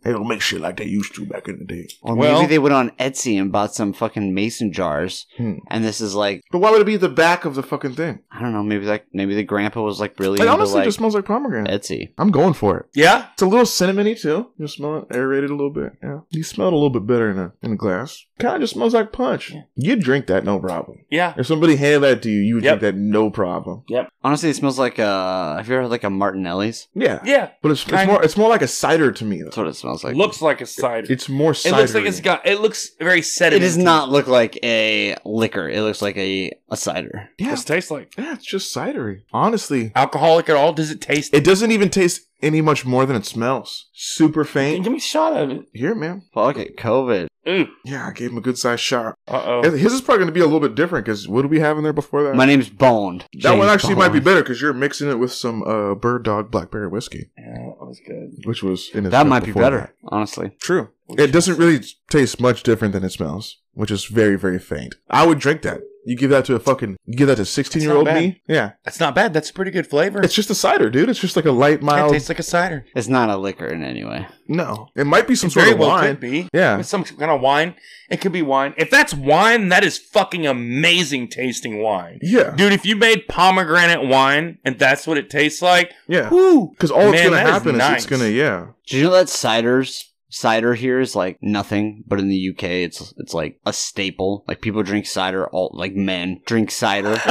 A: they don't make shit like they used to back in the day.
C: Or
D: Well-
C: maybe they went on Etsy and bought some fucking mason jars,
A: Hmm.
C: and this is like
A: But why would it be at the back of the fucking thing?
C: I don't know. Maybe like maybe the grandpa was like really
A: It
C: into
A: honestly
C: like
A: just smells like pomegranate.
C: Etsy.
A: I'm going for it.
D: Yeah,
A: It's a little cinnamony too. You smell it aerated a little bit. Yeah, you smell it a little bit better in a in a glass. Kind of just smells like punch. You drink that no problem.
D: yeah.
A: If somebody handed that to you, you would
D: Yep.
A: drink that no problem.
C: Honestly, it smells like uh. Have you ever had like a Martinelli's?
A: Yeah,
D: Yeah,
A: but it's, it's
D: Kind-
A: more it's more like a cider to me.
C: That's
A: Though.
C: what it smells like.
D: looks like a cider.
A: It's more
D: It
A: cider.
D: looks like it's got. It looks very sediment.
C: It does not look like a liquor. It looks like a a cider.
A: yeah,
D: What's it taste like?
A: yeah, it's just cidery. Honestly,
D: Alcoholic at all? Does it taste?
A: It doesn't even taste any much more than it smells. Super faint.
D: Give me a shot of it.
A: Here, man.
C: Fuck it, COVID.
D: Ooh.
A: Yeah, I gave him a good sized shot.
D: Uh oh.
A: His is probably going to be a little bit different because what do we have in there before that?
C: My name's Boned.
A: that one
C: James
A: actually might be
C: Bond.
A: better because you're mixing it with some uh, Bird Dog Blackberry whiskey,
D: Yeah, that was good.
A: which was in his
C: That
A: cup
C: might be
A: before
C: better,
A: that.
C: honestly.
A: True. It doesn't really taste much different than it smells, which is very, very faint. I would drink that. You give that to a fucking, you give that to 16 year old
D: That's not
A: me? Yeah.
D: That's not bad. That's a pretty good flavor.
A: It's just a cider, dude. It's just like a light,
D: Yeah,
A: mild.
D: it tastes like a cider.
C: It's not a liquor in any way.
A: no. It might be some
D: It
A: sort
D: very
A: of
D: well
A: wine.
D: could be.
A: Yeah.
D: It's some kind of wine. It could be wine. If that's wine, that is fucking amazing tasting wine.
A: Yeah.
D: Dude, if you made pomegranate wine and that's what it tastes like,
A: Yeah.
D: whoo!
A: Because all that's
D: Man,
A: gonna
D: that is
A: happen is,
D: nice.
A: it's gonna yeah.
C: Did you know that ciders cider here is like nothing, but in the UK it's it's like a staple. Like people drink cider all like men drink cider.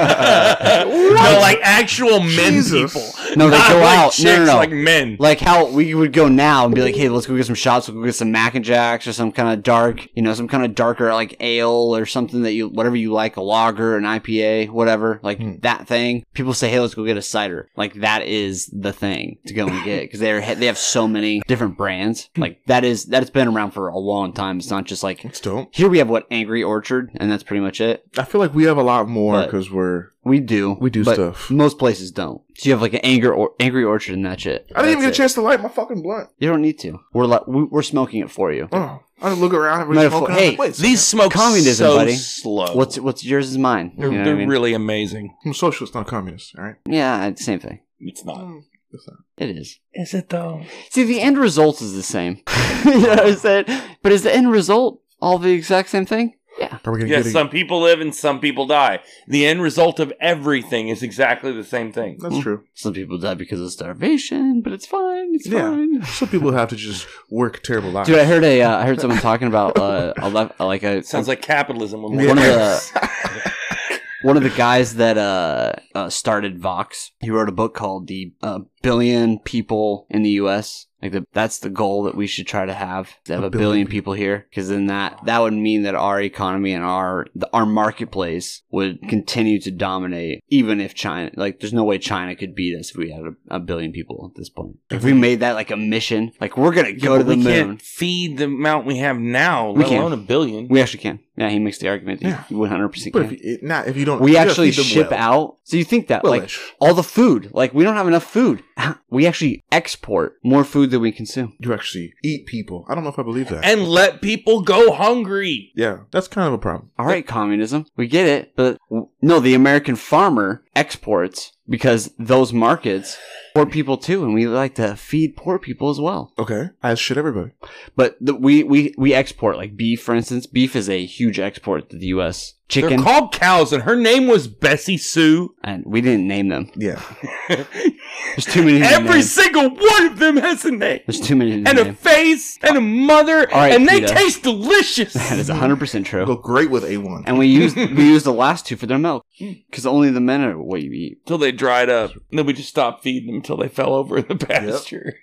D: no, like actual men
A: Jesus.
D: people.
C: No, they
D: Not
C: go
D: like
C: out.
D: Chicks,
C: No, no, no.
D: Like men.
C: like how we would go now and be like, hey, let's go get some shots. We'll go get some Mac and Jacks or some kind of dark, you know, some kind of darker like ale or something that you, whatever you like, a lager, an IPA, whatever, like
A: Hmm.
C: that thing. People say, hey, let's go get a cider. Like that is the thing to go and get because they're they have so many different brands.
A: Hmm.
C: Like that is that has been around for a long time. It's not just like
A: It's dope.
C: here we have what Angry Orchard, and that's pretty much it.
A: I feel like we have a lot more
C: But-
A: because we're
C: We do,
A: we do
C: but
A: stuff.
C: Most places don't. So you have like an anger or Angry Orchard, and that's it.
A: I didn't even get a
C: That's it.
A: chance to light my fucking blunt.
C: You don't need to. We're like we- we're smoking it for you.
A: Oh, I didn't look around.
C: Matter
A: Everybody
C: of
A: smoking.
C: fact-
A: Hey,
C: hey,
A: wait,
D: These smoke
C: Communism,
D: so
C: buddy.
D: slow.
C: What's what's yours is mine.
D: they're
C: You know what I
D: they're
C: mean?
D: really amazing.
A: I'm socialist, not communist. All right.
C: yeah, it's the same thing.
D: It's not.
A: Mm.
C: It is.
D: Is it though?
C: See, the end result is the same. you know what I'm saying? But is the end result all the exact same thing? Yeah.
A: Are we gonna
D: Yes,
A: get
D: some people live and some people die. The end result of everything is exactly the same
A: it?
D: thing.
A: That's true.
C: Some people die because of starvation, but it's fine. It's
A: Yeah.
C: fine.
A: Some people have to just work terrible lives.
C: Dude, I heard a uh, I heard someone talking about uh, a left, like a
D: It sounds like capitalism. When
A: Yeah.
D: we're
C: One of
D: kids.
C: one of the guys that uh, uh started Vox. He wrote a book called "The uh, Billion People in the U.S." Like the, that's the goal that we should try to have to have a, billion,
A: billion
C: people here, because then that that would mean that our economy and our the, our marketplace would continue to dominate, even if China like there's no way China could beat us if we had a, a billion people at this point. If we made that like a mission, like we're gonna
D: Yeah,
C: go to
D: but
C: the
D: we
C: moon.
D: can't feed the amount we have now,
C: We
D: let
C: can.
D: alone a billion.
C: We actually can. Yeah, he makes the argument.
A: Yeah.
C: That he 100%
A: but
C: can.
A: if you, it, not if you don't,
C: we
A: you gotta
C: actually
A: feed them
C: ship
A: well.
C: out. So you think that like
A: Well-ish.
C: all the food, like we don't have enough food. We actually export more food than we consume.
A: you actually eat people. I don't know if I believe that.
D: and let people go hungry.
A: yeah, that's kind of a problem.
C: All right, communism, we get it, but w- no, the American farmer exports because those markets poor people too, and we like to feed poor people as well.
A: Okay, as should everybody.
C: But the, we we we export like beef, for instance. Beef is a huge export to the U.S.
D: They're
C: Chicken,
D: called cows, and her name was Bessie Sue.
C: and we didn't name them.
A: Yeah,
C: There's too many. to
D: Every
C: name.
D: single one of them has a name,
C: There's too many. To
D: and a
C: name.
D: face, and a mother,
C: All right,
D: and they
C: PETA.
D: taste delicious.
C: that is 100 percent true.
A: go great with a one.
C: and we used we used the last two for their milk because only the men are what you eat.
D: Until they dried up, and then we just stopped feeding them until they fell over in the pasture.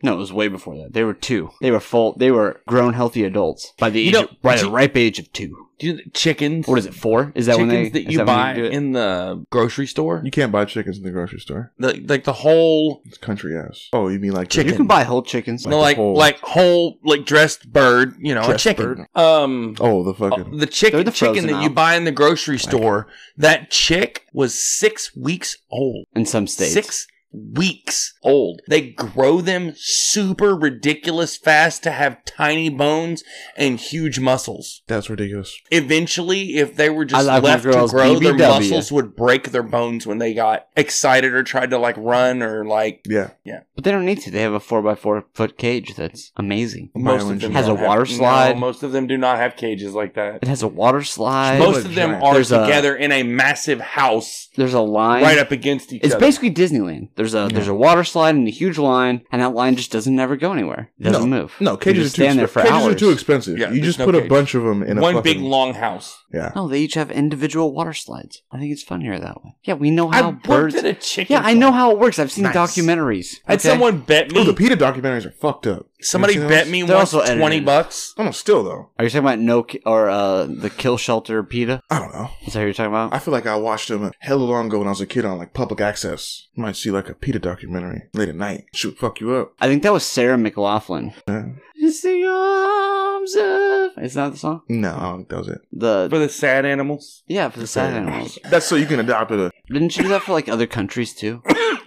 C: No, it was way before that. They were two. They were full. They were grown, healthy adults by the
D: You
C: age
D: know,
C: of, by
D: do
C: the
D: you-
C: ripe age of two.
D: Do you- chickens?
C: What is it? Four? Is that
D: chickens
C: when they
D: that
C: is
D: you
C: when
D: buy
C: they do it?
D: in the grocery store?
A: You can't buy chickens in the grocery store.
D: like, like the whole,
A: It's country ass. Oh, you mean like
D: Chicken.
C: You can buy whole chickens.
A: Like
D: no,
A: the
D: like
A: whole-
D: like whole like dressed bird. You know,
A: Dressed
D: a chicken. Um,
A: Oh, the
D: uh,
A: fucking.
D: the chicken,
C: They're the
D: chicken
C: frozen
D: that you
C: aisle.
D: buy in the grocery store. That chick was six weeks old.
C: in some states.
D: Six weeks old. They grow them super ridiculous fast to have tiny bones and huge muscles.
A: That's ridiculous.
D: Eventually, if they were just
C: I like my
D: left to
C: girls
D: grow, their
C: BBW.
D: muscles would break their bones when they got excited or tried to like run or like
A: Yeah.
C: But they don't need to. They have a four by four foot cage that's amazing.
D: most of them
C: Has a
D: don't have-
C: water slide.
D: No, most of them do not have cages like that.
C: It has a water slide.
D: Most of them are
C: There's a-
D: together in a massive house
C: There's a line.
D: right up against each
C: It's
D: other.
C: basically Disneyland. There's a there's a water slide and a huge line, and that line just doesn't ever go anywhere. It doesn't move.
A: No,
C: You
A: cages,
C: just
A: are too,
C: stand there
A: exp-
C: for
A: cages are
C: hours.
A: too expensive.
D: Yeah,
A: you
D: there's
A: just
D: no
A: put
D: cage.
A: a bunch of them in a
D: One
A: fucking-
D: big long house.
A: Yeah.
C: No, they each have individual water slides. I think it's funnier that way. Yeah, we know
D: I
C: how
D: worked
C: birds.
D: at a chicken.
C: Yeah, I know how it works. I've seen
D: Nice.
C: documentaries.
D: And
C: okay?
D: someone bet me.
A: Oh, the PETA documentaries are fucked up.
D: somebody
A: You seen
D: bet
A: those?
D: me
C: They're
D: once
C: also edited.
D: twenty bucks.
A: I don't still though.
C: Are you talking about no Ki- or uh the kill shelter PETA?
A: I don't know.
C: Is that what you're talking about?
A: I feel like I watched them hella long ago when I was a kid on like public access. You might see like a PETA documentary late at night. Shoot, fuck you up.
C: I think that was Sarah McLaughlin.
A: Yeah.
D: Uh-huh.
C: It's the arms of. Is that the song?
A: No, I don't think that was it.
C: The
D: For the sad animals.
C: yeah for the sad animals.
A: That's so you can adopt it.
C: Didn't she do that for like other countries too?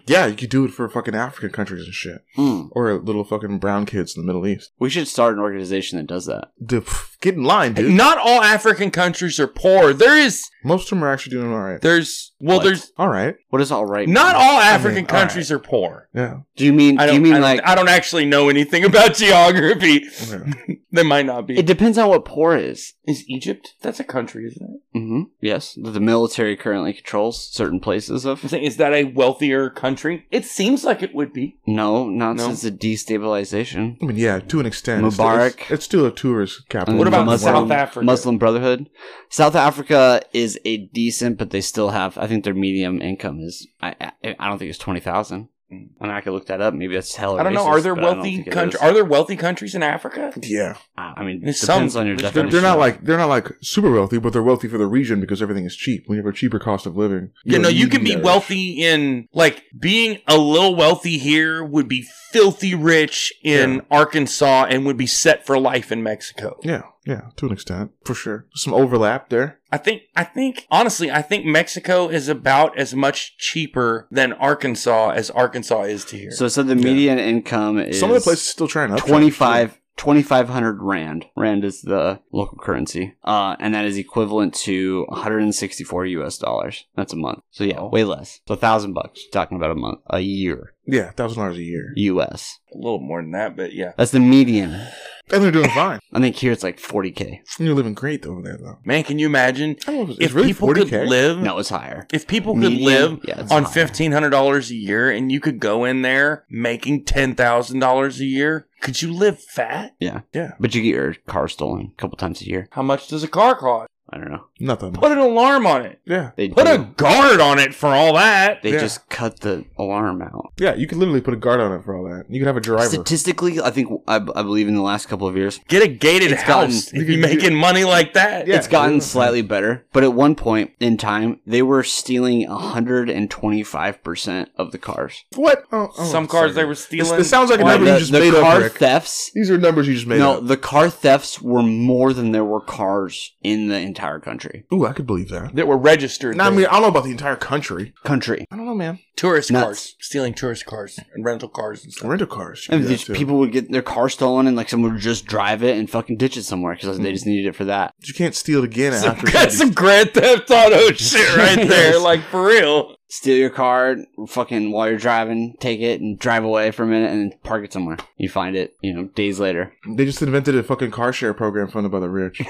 A: Yeah, you could do it for fucking African countries and shit,
C: Hmm.
A: or little fucking brown kids in the Middle East.
C: We should start an organization that does that.
A: The, pff, get in line, dude.
D: Not all African countries are poor. There is
A: Most of them are actually doing all right.
D: there's well
C: What?
D: there's
A: All right.
C: What is all right?
D: not all African
A: mean, all
D: countries are poor.
A: Yeah.
C: Do you mean?
D: I
C: Do
D: don't
C: you mean
D: I don't-
C: like?
D: I don't actually know anything about geography.
A: Yeah.
D: They might not be.
C: It depends on what poor is.
D: is Egypt? That's a country, isn't it?
C: hmm Yes, that the military currently controls certain places
D: I'm
C: of.
D: saying, is that a wealthier country? It seems like it would be.
C: No, not
D: No.
C: since the destabilization.
A: I mean, yeah, to an extent. It's still-
C: Mubarak.
A: It's, it's still a tourist capital.
C: And
D: What
C: Mm, the
D: about
A: Muslim-
D: South Africa?
C: Muslim Brotherhood. South Africa is a decent, but they still have. I think their medium income is. I I, I don't think it's twenty thousand. And I could look that up. Maybe that's hell.
D: Mm. I don't know. Are there wealthy countries? Are there wealthy countries in Africa?
A: Yeah,
C: I mean,
D: There's
C: depends
D: some-
C: on your
D: there's-
A: they're,
C: definition.
A: they're not like they're not like super wealthy, but they're wealthy for the region because everything is cheap. We have a cheaper cost of living.
D: You know, you can be
A: that.
D: wealthy in like being a little wealthy here would be filthy rich in
A: Yeah.
D: Arkansas and would be set for life in Mexico.
A: Yeah, yeah, to an extent, for sure. Some overlap there.
D: I think I think honestly, I think Mexico is about as much cheaper than Arkansas as Arkansas is to here.
C: So, so the median income is
A: Some of the places still trying to upcharge,
C: 25 2500 rand rand is the local currency uh, and that is equivalent to 164 us dollars that's a month so
D: Oh.
C: yeah way less so a thousand bucks talking about a month a year
A: too. Yeah, thousand dollars a year,
C: us
D: a little more than that, but yeah.
C: that's the median
A: and they're doing fine.
C: i think here it's like 40k
A: You're living great over there, though.
D: Man, can you imagine
A: I don't know if it's
D: if
A: really
D: people
A: forty
D: could
A: k.
D: live
C: no it's higher
D: if people could
C: Median?
D: live
C: Yeah, it's
D: on
C: higher.
D: fifteen hundred dollars a year and you could go in there making ten thousand dollars a year, could you live fat?
C: but you get your car stolen a couple times a year
D: How much does a car cost?
C: i don't know
A: Nothing.
D: Put an alarm on it.
A: Yeah,
C: they
D: Put a
C: do.
D: guard on it for all that.
C: they
A: Yeah.
C: just cut the alarm out
A: yeah. You could literally put a guard on it for all that. You could have a driver.
C: statistically i think I, I believe in the last couple of years
D: Get a gated
C: It's gotten-
D: house if you're making money like that.
A: Yeah.
C: it's gotten
A: yeah.
C: slightly better, but at one point in time, they were stealing 125% of the cars.
A: What? Oh, oh,
D: Some
A: I'm
D: cars
A: sorry.
D: they were
A: This,
D: stealing.
A: this sounds like a
D: Why
A: number
C: the
A: you just
C: the
A: made
C: car
A: up. Rick.
C: thefts.
A: These are numbers you just made
C: No,
A: up.
C: the car thefts were more than there were cars in the entire country.
A: Ooh, I could believe that.
D: that were registered.
A: Now, I
D: there.
A: mean, I don't know about the entire country.
C: Country.
A: I don't know, man.
D: tourist
C: Nuts.
D: cars, stealing tourist cars and rental cars and stuff.
A: Rental cars. you
C: And
A: could do
C: these
A: that, too.
C: people would get their car stolen, and like someone would just drive it and fucking ditch it somewhere because they just needed it for that.
A: You can't steal it again
D: Some,
A: after.
D: that's some Grand Theft Auto shit right there,
C: Yes.
D: like for real.
C: Steal your car, fucking while you're driving, take it and drive away for a minute, and then park it somewhere. You find it, you know, days later.
A: They just invented a fucking car share program funded by the rich. Uh,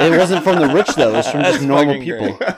C: It
D: it
C: wasn't from the rich though; it was from just normal people.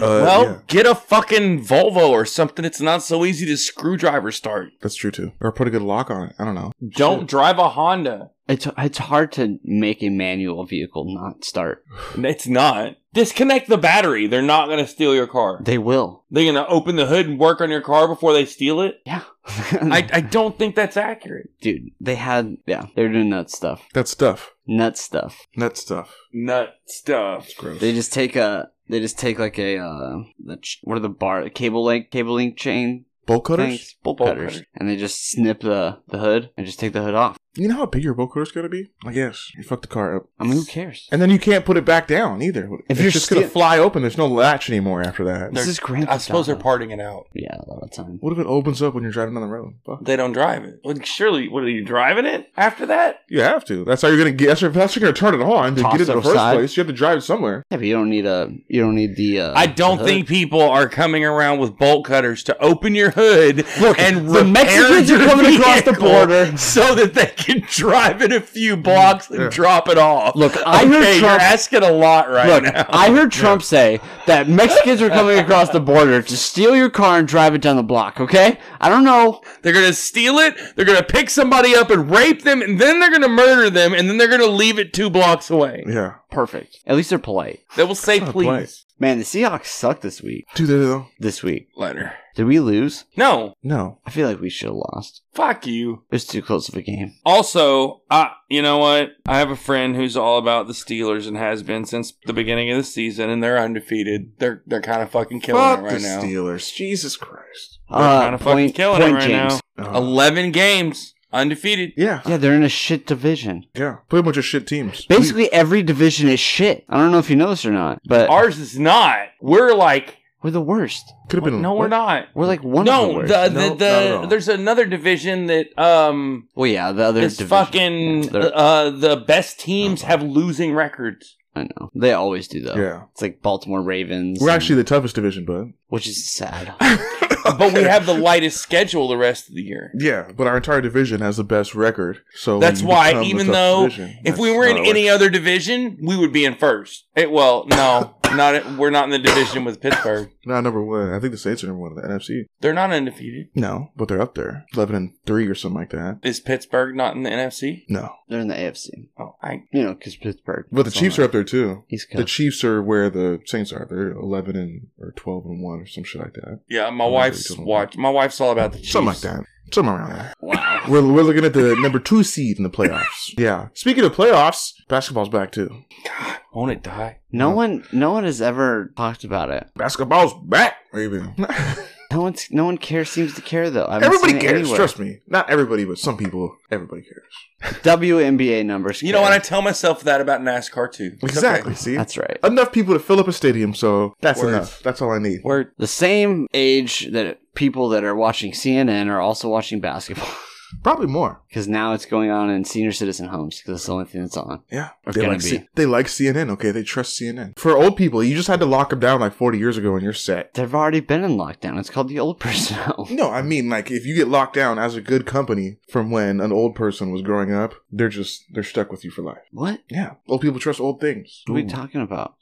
D: Well,
A: yeah,
D: get a fucking Volvo or something. It's not so easy to screwdriver start.
A: that's true too. Or put a good lock on it. I don't know.
D: Don't drive a Honda.
C: It's it's hard to make a manual vehicle not start.
D: It's not. Disconnect the battery. They're not going to steal your car.
C: They will.
D: They're going to open the hood and work on your car before they steal it.
C: Yeah.
D: I, I don't think that's accurate.
C: Dude, they had, yeah, they were doing nut stuff.
A: That stuff.
C: Nut stuff.
A: That stuff.
D: Nut stuff.
A: It's gross.
C: They just take a. They just take like a uh, the ch- what are the bar cable link cable link chain
A: bowl cutters?
C: things bolt
D: Bolt
C: cutters,
D: cutter.
C: and they just snip the the hood and just take the hood off.
A: You know how big your bowl cutter's gonna be? I guess. You fuck the car up.
C: I mean, who cares?
A: And then you can't put it back down either.
C: If
A: it's
C: you're
A: just
C: sti-
A: gonna fly open, there's no latch anymore after that.
C: This
D: They're-
C: is grand.
D: I suppose they're
C: Theft Auto.
D: parting it out.
C: Yeah, a lot of time.
A: What if it opens up when you're driving down the road? Fuck.
D: They don't drive it. Well, surely, what are you driving it after that?
A: You have to. That's how you're gonna get. That's how that's how you're gonna turn it on to
C: Toss
A: get it
C: it
A: in the first
C: aside.
A: place. You have to drive it somewhere.
C: Yeah, but you don't need a. You don't need the. Uh,
D: I don't
C: the hood.
D: think people are coming around with bolt cutters to open your hood
C: Look,
D: and
C: the
D: repair
C: Mexicans are
D: your
C: coming across the
D: vehicle
C: border.
D: so that they can drive it a few blocks and
A: Yeah.
D: drop it off.
C: Look, I heard
D: okay,
C: Trump-
D: you're asking a lot right
C: Look,
D: now.
C: I heard Trump say that Mexicans are coming across the border to steal your car and drive it down the block. Okay, I don't know.
D: They're gonna steal it. They're gonna pick somebody up and rape them, and then they're gonna murder them, and then they're gonna leave it two blocks away.
A: Yeah.
C: Perfect. At least they're polite.
D: They will say,
A: Kinda polite.
D: "Please,
C: Man, the Seahawks suck this week.
A: Do they though?
C: This week,
D: letter."
C: did we lose?
D: No,
A: No.
C: I feel like we should have lost.
D: fuck you.
C: It was too close of a game.
D: Also, uh, you know what? I have a friend who's all about the Steelers and has been since the beginning of the season, and they're undefeated. They're they're kind of fucking killing
A: Fuck
D: it right
A: the
D: now.
A: Steelers. Uh, Jesus Christ.
D: They're
C: Uh,
D: kind of fucking killing it right
A: Uh,
D: now. Eleven games undefeated.
A: yeah.
C: Yeah, they're in a shit division.
A: Yeah. Pretty much of shit teams.
C: Basically, every division is shit. I don't know if you know this or not, but
D: Ours is not. We're like,
C: we're the worst.
A: could have been.
D: no, we're
A: what?
D: not.
C: We're like one of the
D: No,
C: worst.
D: the, the,
A: No, not at
D: the,
A: all.
D: there's another division that um
C: well, yeah, the other
D: is
C: division.
D: fucking
C: Yeah, they're-
D: uh the best teams have losing records.
C: I know they always do though.
A: Yeah.
C: It's like Baltimore Ravens,
A: We're actually the toughest division, bud.
C: which is sad.
D: But we have the lightest schedule the rest of the year.
A: Yeah, but our entire division has the best record. So
D: That's
A: when you
D: why,
A: become the
D: even
A: toughest
D: though
A: division,
D: If
A: that's
D: we were in
A: how it
D: any
A: works.
D: other division, we would be in first. Eh, well, no, not we're not in the division with Pittsburgh.
A: not number one, I think the Saints are number one in the NFC.
D: They're not undefeated.
A: No, but they're up there, eleven and three or something like that.
D: Is Pittsburgh not in the NFC?
A: No,
C: they're in the AFC,
D: Oh, I
C: you know, because Pittsburgh.
A: but the Chiefs are up there too.
C: He's
A: The Chiefs are where the Saints are. They're eleven and or twelve and one or some shit like that.
D: yeah. My
A: Oh,
D: wife's
A: they don't.
D: watch. My wife's all about the Chiefs.
A: Something like that. Somewhere around there.
C: Wow.
A: We're, we're looking at the number two seed in the playoffs. Yeah. Speaking of playoffs, basketball's back too.
D: God, won't it die?
C: No
A: Yeah.
C: one, no one has ever talked about it.
A: Basketball's back, baby.
C: No one's, no one cares. Seems to care though. I haven't
A: everybody
C: seen it
A: cares.
C: anywhere.
A: Trust me. Not everybody, but some people. Everybody cares.
C: WNBA numbers.
D: You know what?
C: care.
D: I tell myself that about NASCAR too. It's
A: Exactly.
D: okay.
A: See,
C: That's right.
A: enough people to fill up a stadium, so that's
D: Words.
A: enough. That's all I need.
D: Word.
C: the same age that people that are watching CNN are also watching basketball
A: Probably more.
C: because now it's going on in senior citizen homes because it's the only thing that's on.
A: Yeah,
C: It's
A: they
C: gonna
A: like,
C: be.
A: C- they like CNN. Okay, they trust CNN. For old people, you just had to lock them down like 40 years ago, and you're set.
C: They've already been in lockdown. It's called the old person home.
A: No, I mean like if you get locked down as a good company from when an old person was growing up, they're just they're stuck with you for life.
C: What?
A: Yeah, old people trust old things.
C: What are we talking about?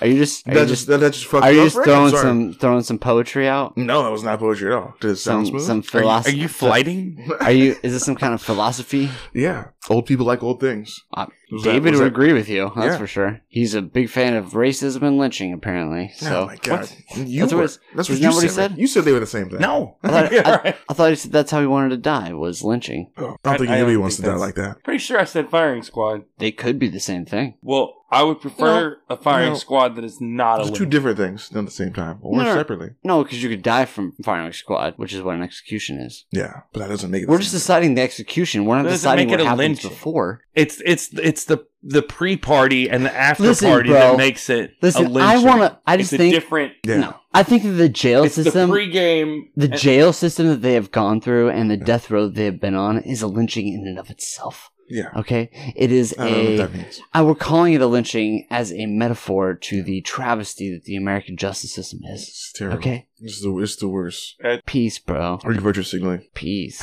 C: are you just are
A: That
C: you
A: just
C: just,
A: that, that just fucked
C: are
A: me
C: you
A: up,
C: just
A: right?
C: throwing
A: Sorry.
C: some throwing some poetry out?
A: No, that was not poetry at all. Did it sound
C: Some
A: smooth?
C: some
D: Are you,
C: philosophy?
D: are you flighting?
C: Are you? Is this some kind of philosophy?
A: yeah, old people like old things.
C: Uh,
A: Was that-
C: David
A: was
C: would
A: that-
C: agree with you. That's
A: Yeah.
C: for sure. He's a big fan of racism and lynching, apparently. So
A: oh my god, you
C: That's what
A: were-
C: it's-
A: that's what
C: isn't
A: you
C: that what he
A: said. right?
C: said?
A: You said they were the same thing.
D: No.
C: I thought-
D: Yeah, right.
C: I thought he said that's how he wanted to die was lynching.
A: Oh, I don't think
D: I- I
A: anybody
D: don't
A: wants to
D: think
A: die
D: that's-
A: like that.
D: Pretty sure I said firing squad.
C: They could be the same thing.
D: Well, I would prefer a firing
A: No.
D: squad that is not a
A: Those are two
D: lynch.
A: different things done at the same time or
C: No, no.
A: separately.
C: No, because you could die from firing squad, which is what an execution is.
A: Yeah, but that doesn't make it. the
C: We're just
A: same.
C: deciding the execution. We're not
D: That doesn't
C: deciding
D: make
C: what
D: it a
C: happens
D: lynching.
C: before.
D: It's it's it's the the pre party and the after
C: Listen,
D: party
C: bro.
D: that makes it. a
C: Listen,
D: lynching.
C: I want to. I just
D: it's
C: think
D: a different.
A: yeah.
C: no. I think that the jail
D: It's
C: system,
D: the
C: the,
D: pregame. and-
C: jail system that they have gone through, and the death row they have been on, is a lynching in and of itself.
A: Yeah,
C: Okay, it is
A: I don't know what
C: a.
A: that means.
C: I we're calling it a lynching as a metaphor to the travesty that the American justice system is.
A: It's terrible.
C: Okay,
A: It's the it's the worst.
C: peace, bro.
A: Or you virtue signaling.
C: Peace.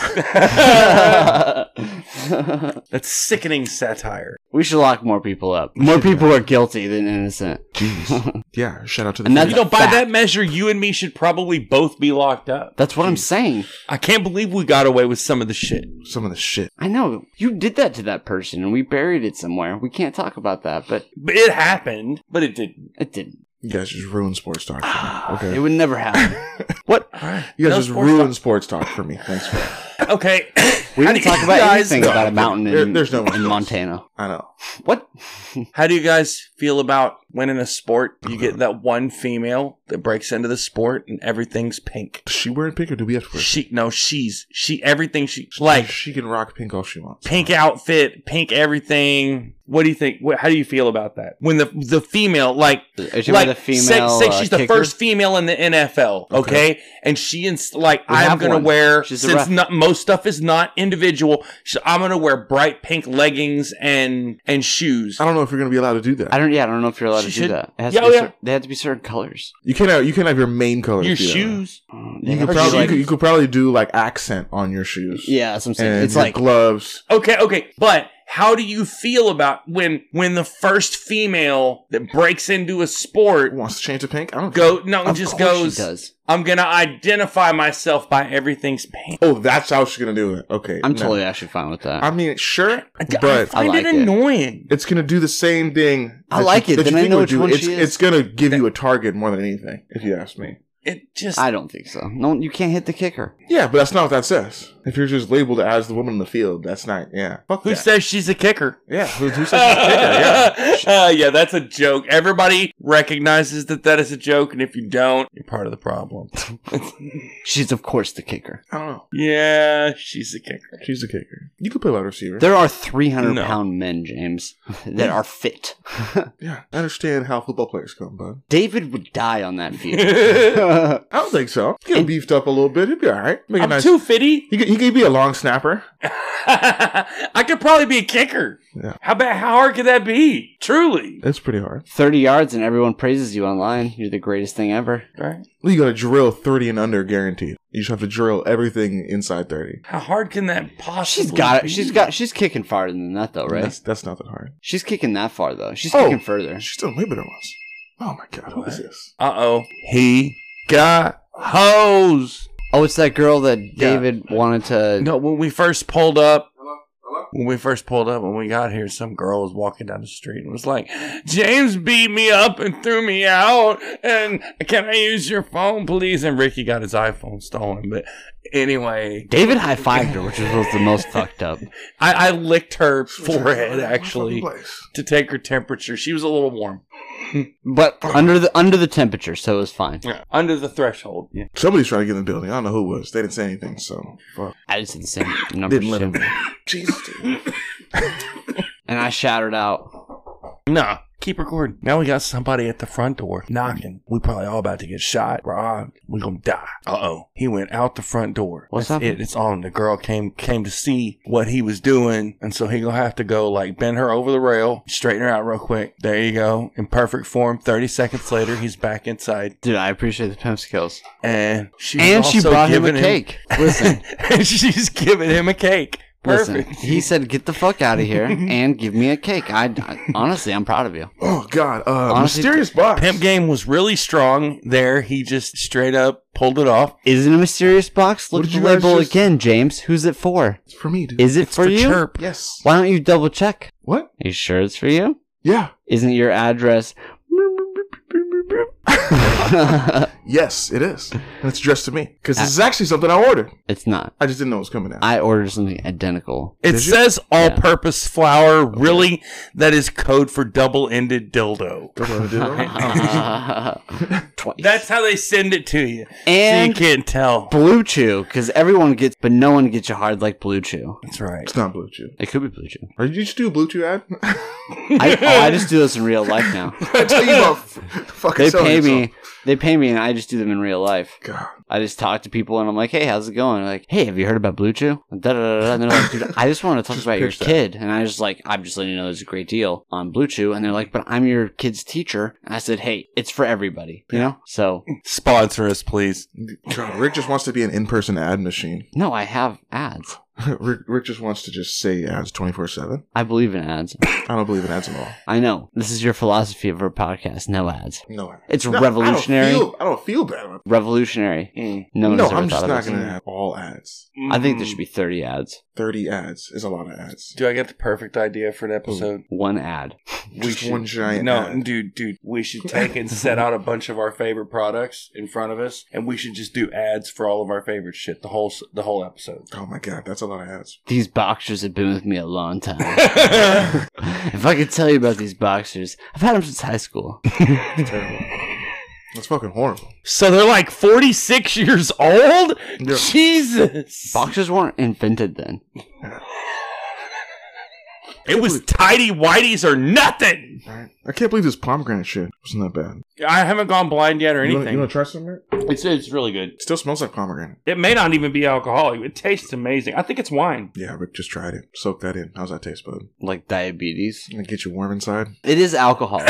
D: That's sickening satire.
C: we should lock more people up. More people are guilty than innocent.
A: Jeez. Yeah. Shout out to the.
C: And that's-
D: You
A: Freedom.
D: know, by
C: Fact.
D: that measure, you and me should probably both be locked up.
C: That's what I'm saying.
D: I can't believe we got away with some of the shit.
A: some of the shit.
C: I know you did that to that person, and we buried it somewhere. We can't talk about that, but
D: But it happened, but it didn't.
C: it didn't.
A: You guys just ruined sports talk. For me.
C: Ah, It
A: Okay.
C: would never happen.
D: What?
A: You
D: No
A: guys just
D: sports
A: ruined sports talk for me. Thanks. For
D: Okay.
C: We
D: How do
C: didn't talk
D: you
C: about
D: guys-
C: anything
A: No,
C: about a mountain
A: there-
C: in,
A: there's no one
C: in
A: else.
C: Montana.
A: I know.
C: What?
D: How do you guys feel about when in a sport you
C: Uh-huh.
D: get that one female that breaks into the sport and everything's pink?
A: Is she wearing pink or do we have to wear?
D: She no, she's she everything she like
A: she can rock pink all she wants.
D: pink outfit, pink everything. What do you think? What, how do you feel about that? When the the female like
C: Is she
D: like
C: the
D: say-
C: female?
D: say,
C: uh,
D: she's the
C: kicker?
D: first female in the NFL, okay? And she and like
C: We
D: I'm
C: have
D: gonna
C: one.
D: wear
C: She's the
D: since
C: ref.
D: not, most stuff is not individual. sh I'm gonna wear bright pink leggings and and shoes.
A: I don't know if you're gonna be allowed to do
C: I
A: that.
C: don't. Yeah, I don't know if you're allowed
D: She
C: to
D: should-
C: do that. It has
D: Yeah,
C: to be
D: oh, yeah.
C: cer- they have to be certain colors.
A: You can't have you can't have your main color.
D: Your
A: be that.
D: shoes.
C: Um, they
A: You
C: have
A: could,
C: to be
A: probably, you,
C: like-
A: could, you could probably do like accent on your shoes.
C: yeah, that's what I'm saying.
A: And
C: It's
A: your
C: like
A: gloves.
D: Okay, okay, but how do you feel about when when the first female that breaks into a sport
A: Wants to change to pink? I don't
D: go no
C: of
D: just
C: course
D: goes
C: She does.
D: I'm gonna identify myself by everything's pink.
A: Oh, that's how she's gonna do it. Okay,
C: I'm
A: no.
C: totally actually fine with that.
A: I mean, sure,
D: I
A: but
C: I
D: find
C: like
D: it
C: it.
D: annoying.
A: it's gonna do the same thing.
C: I
A: that
C: like
A: you-
C: it,
A: that you
C: then I
A: think
C: know
A: would
C: which
A: do.
C: one
A: it's,
C: she is.
A: It's gonna give you a target more than anything, if you ask me.
D: It just
C: I don't think so. No, you can't hit the kicker.
A: Yeah, but that's not what that says. If you're just labeled as the woman in the field, that's not. Yeah, fuck
D: who
A: that.
D: says she's a kicker?
A: yeah, who, who says? yeah,
D: Uh, yeah. that's a joke. Everybody recognizes that that is a joke, and if you don't, you're part of the problem.
C: She's of course the kicker.
A: I don't know.
D: yeah, she's a kicker.
A: She's a kicker. You could play wide receiver.
C: There are 300
D: No.
C: pound men, James, that are fit.
A: yeah, I understand how football players come, bud.
C: David would die on that field.
A: I don't think so. Get him beefed up a little bit. He'd be all right. Make a
D: I'm
A: nice.
D: too fitty.
A: he, could, he could be a long snapper.
D: I could probably be a kicker.
A: Yeah.
D: How about how hard could that be? Truly.
A: That's pretty hard.
C: 30 yards and everyone praises you online. You're the greatest thing ever.
D: Right?
A: You got to drill thirty and under, guaranteed. You just have to drill everything inside thirty.
D: How hard can that possibly
C: She's got
D: be?
C: it. She's got. She's kicking farther than that, though, right?
A: That's, that's not that hard.
C: She's kicking that far, though. She's
A: Oh.
C: kicking further.
A: She's done way better ones. Oh my god, what is this?
D: Uh oh. He got hosed.
C: Oh, it's that girl that
D: Yeah.
C: David wanted to.
D: No, when we first pulled up, when we first pulled up, when we got here, some girl was walking down the street and was like, James beat me up and threw me out. And can I use your phone, please? And Ricky got his iPhone stolen. But anyway,
C: David high fived her, which was the most fucked up.
D: I, I licked her forehead
A: Fucking
D: actually
A: place.
D: to take her temperature. She was a little warm
C: But under the under the temperature, so it was fine.
D: under the threshold. Yeah.
A: Somebody's trying to get in the building. I don't know who it was. They didn't say anything, so fuck.
C: I just did the same number.
A: Didn't let him. Jesus. dude.
C: And I shouted out.
D: Nah, keep recording. Now we got somebody at the front door knocking. We probably all about to get shot, robbed. We gonna die. Uh oh. He went out the front door.
C: What's
D: That's
C: happening?
D: It. It's on. The girl came came to see what he was doing, and so he gonna have to go like bend her over the rail, straighten her out real quick. There you go. In perfect form. Thirty seconds later, he's back inside,
C: Dude, I appreciate the pimp skills.
D: and she was
C: And she
D: also
C: brought him a
D: giving
C: cake. Listen,
D: and she's giving him a cake.
C: listen.
D: Perfect.
C: He said, "Get the fuck out of here and give me a cake." I, I- honestly, I'm proud of you.
A: Oh god. Uh,
C: Honestly,
A: mysterious box.
D: Pimp game was really strong there. He just straight up pulled it off.
C: Is it a mysterious box?
A: What
C: Look at
A: did
C: the
A: you guys
C: label
A: just-
C: again, James. Who's it for?
A: It's for me, dude.
C: Is it for, you?
D: chirp.
A: yes.
C: Why don't you double check?
A: What?
C: Are you sure it's for you?
A: Yeah.
C: Isn't your address?
A: Yes, it is. And it's addressed to me because this is actually something I ordered.
C: it's not.
A: I just didn't know it was coming out.
C: I ordered something identical.
D: It
A: Did you?
D: says all
C: Yeah.
D: purpose flour. Really? That is code for double ended dildo.
A: Don't know what to do.
C: Twice.
D: That's how they send it to you. so you
C: and
D: can't tell.
C: Blue Chew, because everyone gets, but no one gets you hard like Blue Chew.
D: That's right.
A: It's not Blue Chew.
C: It could be Blue Chew.
A: Or did you just do a Blue Chew ad?
C: I, oh, I just do this in real life now.
A: I tell you about f- fucking
C: They
A: selling
C: pay
A: yourself.
C: me. They pay me, and I just do them in real life.
A: God.
C: I just talk to people, and I'm like, "Hey, how's it going?" They're like, "Hey, have you heard about Blue Chew?" And, da, da, da, da. and they're like, "Dude, I just want to talk
A: Just
C: about your
A: pitch that.
C: kid." And I just like, I'm just letting you know there's a great deal on Blue Chew, and they're like, "But I'm your kid's teacher." And I said, "Hey, it's for everybody, you know." So
D: Sponsor us, please.
A: God, Rick just wants to be an in-person ad machine.
C: no, I have ads.
A: Rick, Rick just wants to just say ads 24 7.
C: I believe in ads.
A: I don't believe in ads at all.
C: I know. This is your philosophy of our podcast. No ads.
A: No.
C: It's
A: No, I
C: revolutionary.
A: don't feel, I don't feel bad. about-
C: Revolutionary.
A: Mm.
C: No one
A: no,
C: has ever
A: I'm
C: thought
A: just
C: of
A: not
C: this.
A: going to have Mm. all ads.
C: I think there should be 30 ads.
A: 30 ads is a lot of ads.
D: Do I get the perfect idea for an episode?
C: One ad.
A: Just one giant
D: No,
A: ad.
D: dude, dude, we should take and set out a bunch of our favorite products in front of us, and we should just do ads for all of our favorite shit. The whole s- the whole episode.
A: Oh my God, that's a lot of ads.
C: These boxers have been with me a long time. if I could tell you about these boxers, I've had them since high school.
A: It's terrible. That's fucking horrible.
D: so they're like forty six years old.
A: Yeah.
D: Jesus,
C: Boxers weren't invented then.
D: it was tidy whities or nothing.
A: Right? I can't believe this pomegranate shit wasn't that bad.
D: I haven't gone blind yet or
A: You wanna-
D: anything.
A: You want to try some? Rick?
D: it's it's really good.
A: It still smells like pomegranate.
D: It may not even be alcoholic. It tastes amazing. I think it's wine.
A: Yeah, Rick just tried it. Soak that in. How's that taste, bud?
C: Like diabetes.
A: Gonna get you warm inside.
C: It is alcohol.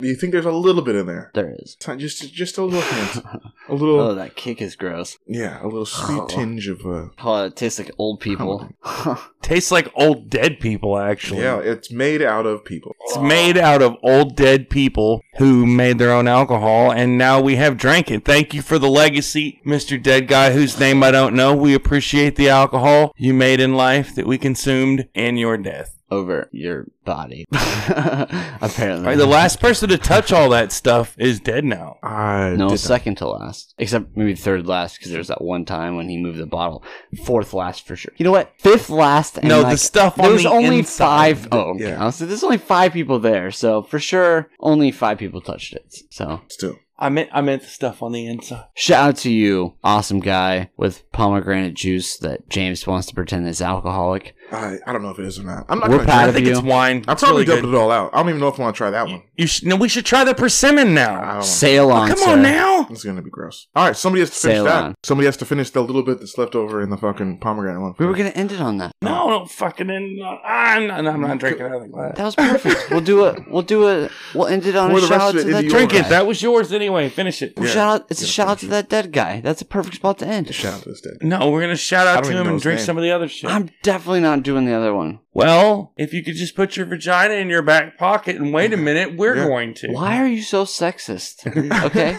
A: Do you think there's a little bit in there?
C: there is.
A: Ti- Just, just a little hint, a
C: Oh,
D: Uh,
A: little,
C: that kick is gross.
A: yeah, a little sweet
C: Oh.
A: tinge of. Uh,
C: Oh, it tastes like old people.
D: Tastes like old dead people. Actually,
A: yeah, it's made out of people.
D: It's made out of old dead people who made their own alcohol, and now we have drank it. Thank you for the legacy, Mr. Dead Guy, whose name I don't know. We appreciate the alcohol you made in life that we consumed and your death.
C: Over your body. Apparently.
D: All right, the last person to touch all that stuff is dead now.
A: I
C: no,
A: did
C: second to last. Except maybe third last, because there's that one time when he moved the bottle. Fourth last for sure. You know what? Fifth last. And
D: no,
C: like,
D: the stuff on
C: There was
D: the
C: only
D: inside.
C: five. Oh, okay.
A: yeah.
C: I was like, there's only five people there, so for sure, only five people touched it. So
A: that still.
D: I meant, I meant the stuff on the inside.
C: shout out to you, awesome guy with pomegranate juice that James wants to pretend is alcoholic.
A: I, I don't know if it is or not. I'm not.
C: We're
A: gonna
C: proud
A: try
D: I
A: it.
C: of
D: think
C: you.
D: it's wine.
A: I
D: It's
A: probably
D: really
A: dumped it all out. I don't even know if I want to try that one.
D: You should, no, we should try the persimmon now. Oh,
A: I don't know.
C: Sail on,
D: Come
C: sir.
D: on now.
A: It's gonna be gross. All right, somebody has to finish
C: Sail
A: that.
C: on.
A: Somebody has to finish the little bit that's left over in the fucking pomegranate one.
C: We were gonna end it on that.
D: No, don't fucking. In, I'm not. I'm not drinking out of the glass.
C: That was perfect. we'll do it. We'll do it. We'll end it on
A: Pour
C: a
A: the
C: shout
A: rest
C: out
A: of it
C: to that
A: into
C: drink
A: yours.
C: guy.
D: That was yours anyway. Finish it.
C: Well,
A: Yeah.
C: shout out, it's a
A: Yeah,
C: shout out
A: finish
C: to
A: it.
C: that dead guy. That's a perfect spot to end.
A: Shout out to this dude.
D: No, we're gonna shout
A: I
D: out
A: don't
D: to
A: even
D: him
A: know
D: and
A: his
D: drink
A: name.
D: some of the other shit.
C: I'm definitely not doing the other one.
D: well, if you could just put your vagina in your back pocket and wait a minute, we're
A: Yeah.
D: going to.
C: Why are you so sexist? Okay.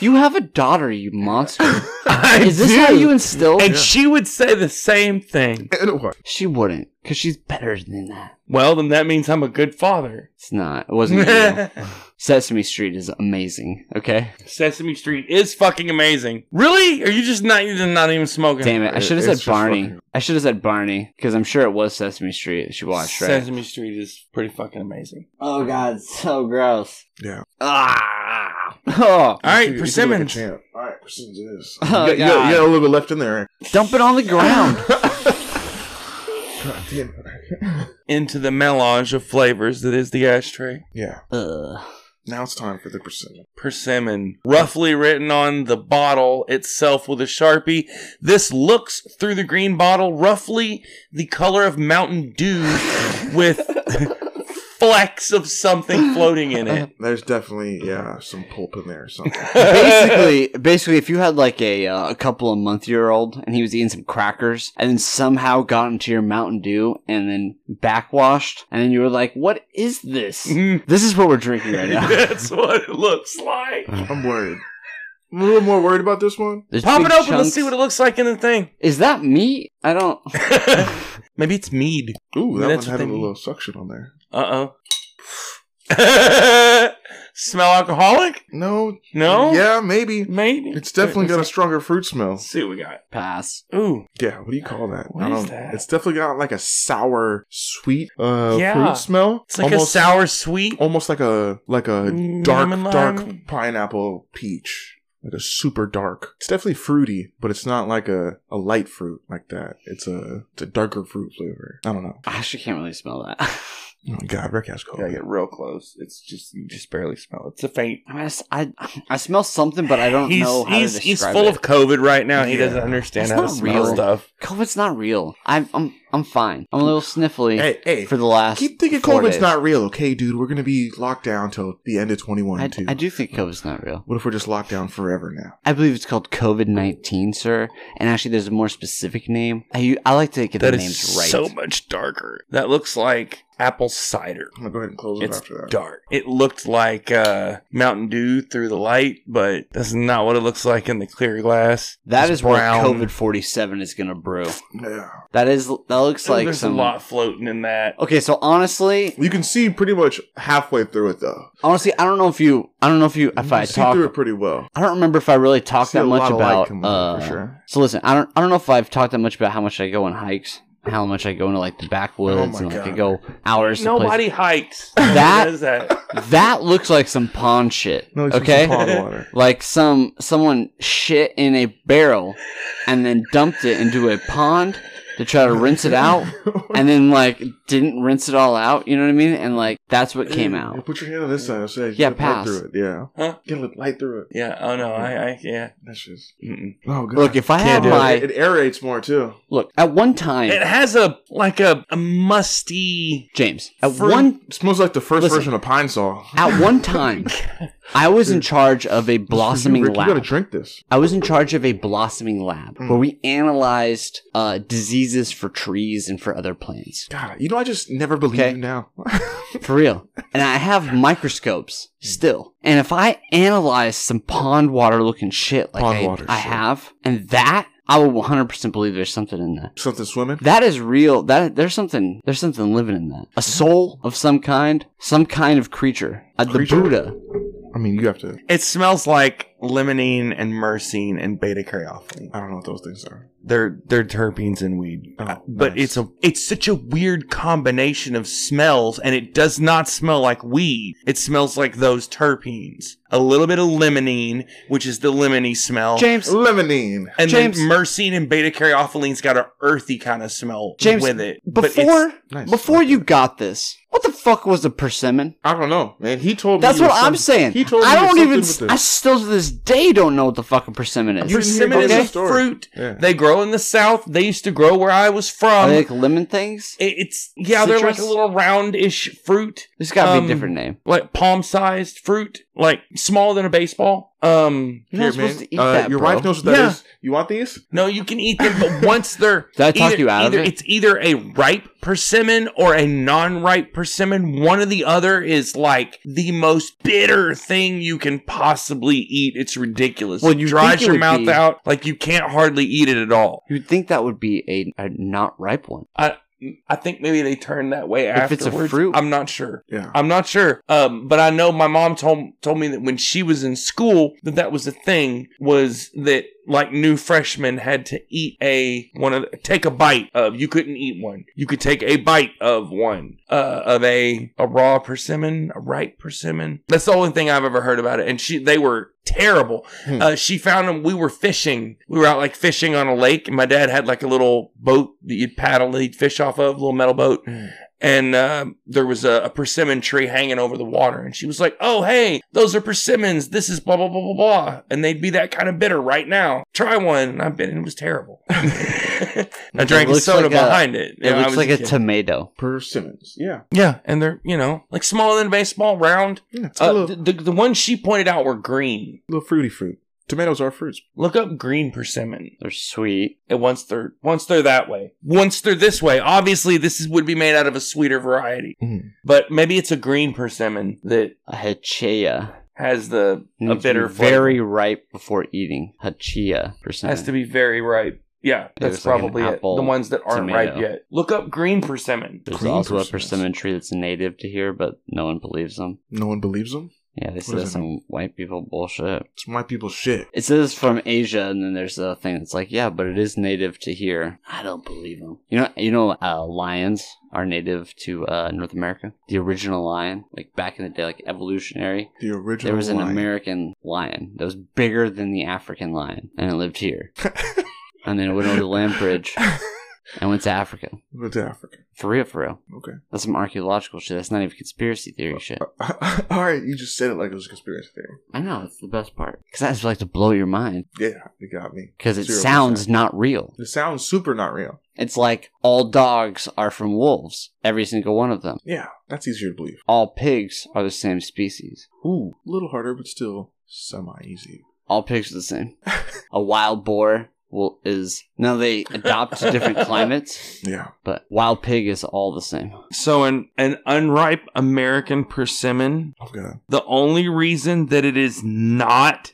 C: you have a daughter, you monster.
D: I
C: Is this
D: do.
C: how you instill?
D: and she would say the same thing.
A: And what?
C: She wouldn't, because she's better than that.
D: Well, then that means I'm a good father.
C: It's not. It wasn't you. Sesame Street is amazing. Okay.
D: Sesame Street is fucking amazing. Really? Are you just not you're not even smoking?
C: Damn it! I
A: It-
C: should have
A: it's
C: said
A: just
C: Barney.
A: fucking-
C: I should have said Barney because I'm sure it was Sesame Street that she watched, right?
D: Sesame Street is pretty fucking amazing.
C: oh God, it's so gross.
A: Yeah.
C: Ah. Oh.
D: All right,
A: You should- you should look
D: persimmons.
A: at champ. All right, persimmons it is.
C: Oh,
A: you, got, you got-
C: God.
A: you got a little bit left in there.
C: Dump it on the ground.
A: God damn it.
D: Into the melange of flavors that is the ashtray.
A: yeah.
C: Ugh.
A: Now it's time for the persimmon.
D: persimmon, roughly written on the bottle itself with a sharpie. This looks through the green bottle roughly the color of Mountain Dew with flecks of something floating in it.
A: There's definitely yeah some pulp in there or something.
C: basically, basically, if you had like a uh, a couple of month year old and he was eating some crackers and then somehow got into your Mountain Dew and then backwashed, and then you were like, "What is this?
D: Mm,
C: this is what we're drinking right now."
D: That's what it looks like.
A: I'm worried. I'm a little more worried about this one.
C: There's
D: Pop
C: big
D: it open.
C: chunks.
D: Let's see what it looks like in the thing.
C: Is that meat? I don't.
D: Maybe it's mead.
A: Ooh, that
D: That's
A: one
D: what
A: had a
D: they
A: little suction on there.
D: Uh oh. Smell alcoholic?
A: No.
D: No.
A: Yeah, maybe.
D: Maybe
A: It's definitely got a stronger fruit smell.
D: Let's see what we got.
C: Pass.
D: Ooh.
A: Yeah, what do you call that?
D: What
A: I
D: is
A: don't-
D: that?
A: It's definitely got like a sour, sweet uh,
D: Yeah.
A: fruit smell.
D: It's like a sour sweet.
A: almost like a like a
D: Mm,
A: dark
D: lemon lime.
A: dark pineapple peach like a super dark it's definitely fruity but it's not like a, a light fruit like that it's a it's a darker fruit flavor i don't know
C: I actually can't really smell that.
A: oh my god rick has cold
D: Gotta get real close. It's just you just barely smell it. It's a faint.
C: I mean, I, s- I, I smell something, but I don't
D: he's,
C: know how
D: he's,
C: to describe
D: he's full
C: it.
D: of COVID right now. He
A: Yeah.
D: doesn't understand
C: That's
D: how to
C: not
D: smell
C: real.
D: stuff.
C: COVID's not real. I'm, I'm I'm fine. I'm a little sniffly
A: Hey, hey.
C: for the last.
A: Keep thinking
C: four
A: COVID's
C: days.
A: not real, okay, dude? We're gonna be locked down till the end of 21
C: I,
A: too.
C: I do think COVID's not real.
A: What if we're just locked down forever now?
C: I believe it's called COVID nineteen, sir. And actually, there's a more specific name. I u- I like to get
D: That
C: the
D: is
C: names right.
D: so much darker. That looks like apple cider.
A: I'm gonna go ahead and close it
D: It's
A: after that.
D: dark. It looked like uh, Mountain Dew through the light, but that's not what it looks like in the clear glass.
C: that
D: It's
C: is what
D: brown.
C: COVID forty seven is gonna brew.
A: Yeah.
C: That is that looks like
D: There's
C: some.
D: a lot floating in that.
C: Okay, so honestly,
A: You can see pretty much halfway through it though.
C: honestly, I don't know if you, I don't know if you, if
A: You
C: I
A: can see
C: talk,
A: through it pretty well.
C: I don't remember if I really talked
A: See
C: that
A: a
C: much
A: lot of light
C: about.
A: coming
C: Uh,
A: through, for sure.
C: So listen, I don't, I don't know if I've talked that much about how much I go on hikes, how much I go into like the backwoods,
A: Oh my
C: and like I
A: God.
C: go hours. to places.
D: Nobody hikes.
C: That-
D: What is that?
C: That looks like some pond shit.
A: No, it's just
C: okay.
A: some pond water.
C: like some someone shit in a barrel and then dumped it into a pond to try to rinse it out and then like didn't rinse it all out you know what i mean and like that's what came
A: Yeah,
C: out
A: put your hand on this side. I said,
C: Yeah,
A: get light
C: pass.
A: through it. Yeah.
D: Huh?
A: Get a light through it.
D: Yeah. Oh no. I. I yeah.
A: That's just.
D: Mm-mm.
A: Oh god.
C: look if i
D: Can't
C: had
D: do it.
C: my
A: it, it aerates more too.
C: look at one time
D: It has a like a, a musty.
C: james at
D: For-
C: one
A: It smells like the first
C: Listen.
A: version of Pine Sol.
C: at one time i was in charge of a blossoming
A: Rick, you gotta
C: lab
A: drink this.
C: I was in charge of a blossoming lab
A: Mm.
C: where we analyzed uh, diseases for trees and for other plants.
A: God, you know I just never believe
C: Okay.
A: you now.
C: For real. And I have microscopes still. And if I analyze some pond water looking shit like
A: Pond
C: I,
A: water
C: I
A: shit.
C: have, and that, I will 100% believe there's something in that.
A: Something swimming.
C: That is real. That there's something there's something living in that. A soul of some kind, some kind of creature. Uh, the
A: Creature?
C: Buddha.
A: I mean, you have to.
D: It smells like limonene and myrcene and beta caryophyllene.
A: I don't know what those things are.
D: They're they're terpenes and weed.
A: Oh,
D: Uh, but
A: nice.
D: it's a it's such a weird combination of smells and it does not smell like weed. It smells like those terpenes. A little bit of limonene, which is the lemony
A: Oh,
D: smell.
C: James
A: Lemonine.
D: and
C: James-
D: then myrcene and beta caryophylene's got a earthy kind of smell
C: James,
D: with it. But it's-
C: before
A: Nice.
C: before you got this, what the fuck was a persimmon?
A: I don't know, man. He told
C: That's
A: me.
C: what I'm saying.
A: He told me
C: I don't
A: something
C: even.
A: with this.
C: I still to this day don't know what the fuck a persimmon is.
A: You-
D: persimmon is
A: Okay.
D: a fruit.
A: Yeah.
D: They grow in the south. They used to grow where I was
C: Are
D: from.
C: they like lemon things?
D: It- it's yeah, they're like a
C: Citrus?
D: little roundish fruit,
C: There's got to be
D: Um,
C: a different name.
D: like palm-sized fruit, like smaller than a baseball. Um,
C: You're not supposed to eat that,
A: Uh, Your
C: bro.
A: wife knows what that is.
D: Yeah.
A: You want these?
D: no, you can eat them, but once they're
C: Did I talk you out of
D: either-
C: it?
D: It's either a ripe persimmon or a non-ripe persimmon. One or the other is like the most bitter thing you can possibly eat. It's ridiculous.
C: Well,
D: It
C: you'd
D: dries
C: think it
D: your
C: would
D: mouth
C: be-
D: out like you can't hardly eat it at all.
C: You'd think that would be a, a not ripe one.
D: I think maybe they turn that way
C: If
D: afterwards.
C: it's a fruit.
D: I'm not sure.
A: Yeah.
D: I'm not sure, um, but I know my mom told told me that when she was in school, that that was the thing was that like new freshmen had to eat a one of take a bite of. You couldn't eat one. You could take a bite of one uh, of a a raw persimmon, a ripe persimmon. That's the only thing I've ever heard about it. And she they were terrible.
A: Hmm.
D: Uh, she found them. We were fishing. We were out like fishing on a lake, and my dad had like a little boat that you'd paddle, he'd fish off of, little metal boat and uh, there was a, a persimmon tree hanging over the water. And she was like, "Oh, hey, those are persimmons. This is blah blah blah blah blah, and they'd be that kind of bitter right now. Try one." And I bit, it, and it was terrible. I drank a
C: looks
D: soda
C: like a-
D: behind it.
C: It looks like a
D: kid.
C: tomato.
A: Persimmons. Yeah.
D: yeah, and they're you know like smaller than a baseball, round.
A: yeah it's got a
D: Uh,
A: little,
D: the, the the ones she pointed out were green.
A: little fruity fruit. Tomatoes are fruits.
D: Look up green persimmon.
C: They're sweet.
D: And once they're once they're that way, once they're this way, obviously this is, would be made out of a sweeter variety.
A: Mhm.
D: But maybe it's a green persimmon that
C: A hachea.
D: has the a
C: Needs to be
D: bitter flavor.
C: Very ripe before eating. Hachea persimmon.
D: has to be very ripe. Yeah, that's
C: was like an
D: probably it.
C: apple
D: The ones that aren't
C: tomato.
D: ripe yet. Look up green persimmon.
C: There's
A: green
C: also
A: persimmons.
C: a persimmon tree that's native to here, but no one believes them.
A: No one believes them.
C: Yeah, they say
A: What is
C: that's
A: it?
C: some white people bullshit.
A: It's my people's shit.
C: It says from Asia, and then there's a thing that's like, yeah, but it is native to here. I don't believe them. You know, you know, uh, lions are native to uh, North America. The original lion, like back in the day, like evolutionary,
A: The original.
C: there was an
A: line.
C: American lion that was bigger than the African lion, and it lived here. and then it went over the land bridge and went to Africa.
A: Went to Africa.
C: For real, for real.
A: Okay. Uh,
C: That's some archaeological shit. That's not even conspiracy theory shit.
A: All right, you just said it like it was a conspiracy theory.
C: I know, it's the best part. Because I just like to blow your mind.
A: Yeah, you got me.
C: Because it
A: Zero
C: sounds not real.
A: It sounds super not real.
C: It's like all dogs are from wolves, every single one of them.
A: Yeah, that's easier to believe.
C: All pigs are the same species.
A: Ooh, a little harder, but still semi easy.
C: All pigs are the same. A wild boar will, is. Now they adopt to different climates,
A: Yeah.
C: but wild pig is all the same.
D: So, an, an unripe American persimmon,
A: Oh god.
D: the only reason that it is not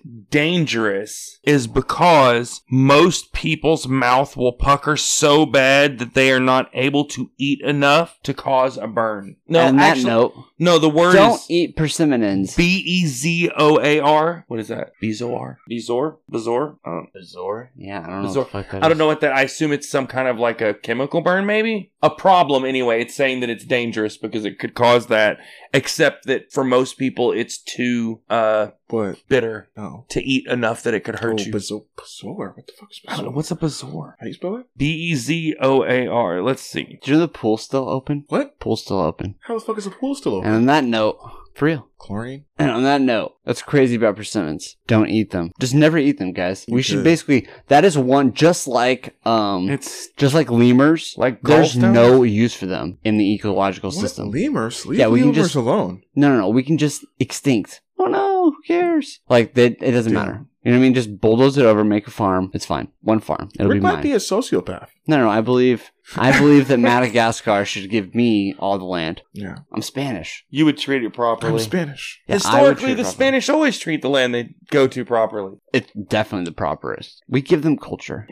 D: dangerous is because most people's mouth will pucker so bad that they are not able to eat enough to cause a burn. No,
C: On that
D: actually,
C: note,
D: no, the word
C: don't
D: is
C: eat persimmons.
D: B E Z O A R. What is that?
C: E
D: Bezor? Bezor? Bezor? I don't-
C: Bizarre? Yeah, I don't know.
D: Bizarre.
C: What the fuck that
D: I don't
C: is.
D: know what that. I assume it's some kind of like a chemical burn, maybe a problem. Anyway, it's saying that it's dangerous because it could cause that. Except that for most people, it's too uh,
A: But
D: bitter
A: no.
D: to eat enough that it could hurt
A: oh,
D: you.
A: Bazo- Bazor. What the fuck is
D: I don't know,
A: Bazor?
D: what's a bazaar?
A: How do you spell it?
D: B e z o a r. Let's see.
C: Do you know the pool's still open?
A: What?
C: Pool's still open.
A: How the fuck is the pool still open?
C: And on that note, for real.
A: Chlorine?
C: And on that note, that's crazy about persimmons. Don't eat them. Just never eat them, guys.
A: You
C: we should
A: could.
C: basically that is one just like um
D: It's
C: just like lemurs.
D: like
C: There's
D: gallstones?
C: no use for them in the ecological
A: What?
C: system.
A: Lemurs? Leave
C: Yeah, we can
A: lemurs
C: just-
A: alone.
C: no, no, no. We can just extinct. Oh no, who cares? Like that, it doesn't
A: Yeah.
C: matter. You know what I mean? Just bulldoze it over, make a farm. It's fine. One farm. It'll
A: Rick
C: be
A: might
C: mine.
A: be a sociopath.
C: no, no. I believe I believe that Madagascar should give me all the land.
A: Yeah.
C: I'm Spanish.
D: You would treat it
A: I'm
D: properly.
A: Spanish.
C: Yeah, I would
D: Historically,
C: treat
D: the
C: it properly.
D: Spanish always treat the land they go to properly.
C: It's definitely the properest. We give them culture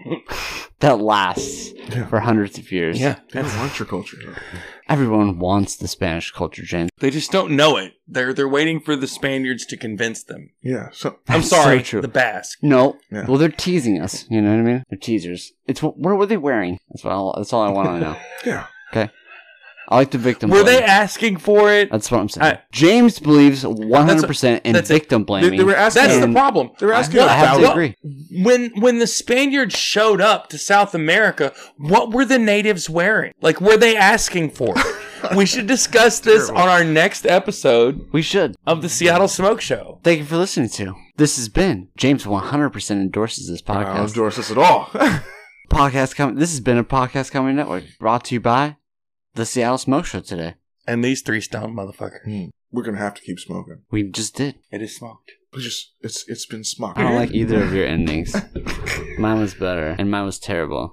C: that lasts
A: Yeah.
C: for hundreds of years.
A: They don't want your culture.
C: Everyone wants the Spanish culture, James.
D: They just don't know it. They're they're waiting for the Spaniards to convince them.
A: Yeah. So
D: I'm
C: That's
D: sorry,
C: so true.
D: the Basque.
C: No.
A: Yeah.
C: Well, they're teasing us. You know what I mean? They're teasers. It's what, what were they wearing? That's all. That's all I want to know.
A: yeah.
C: I like the victim.
D: Were
C: blame.
D: they asking for it?
C: That's what I'm saying.
D: I-
C: James believes 100 percent in
D: that's a-
C: victim
A: They,
C: blaming.
A: they were asking.
D: That's the
C: And-
D: problem.
A: they were asking
C: I have to
A: about
C: agree.
D: When when the Spaniards showed up to South America, what were the natives wearing? Like, were they asking for it? we should discuss this
A: Terrible.
D: on our next episode
C: We should.
D: of the Seattle Smoke Show.
C: Thank you for listening to. This has been James 100% endorses this
A: I don't
C: podcast.
A: endorse this at all.
C: podcast com- This has been a podcast comedy network brought to you by the Seattle Smoke Show today.
D: And these three stoned motherfuckers.
A: Hmm. We're gonna have to keep smoking.
C: We just did.
D: It is smoked.
A: It's just it's it's been smoked.
C: I don't like either of your endings. mine was better, and mine was terrible.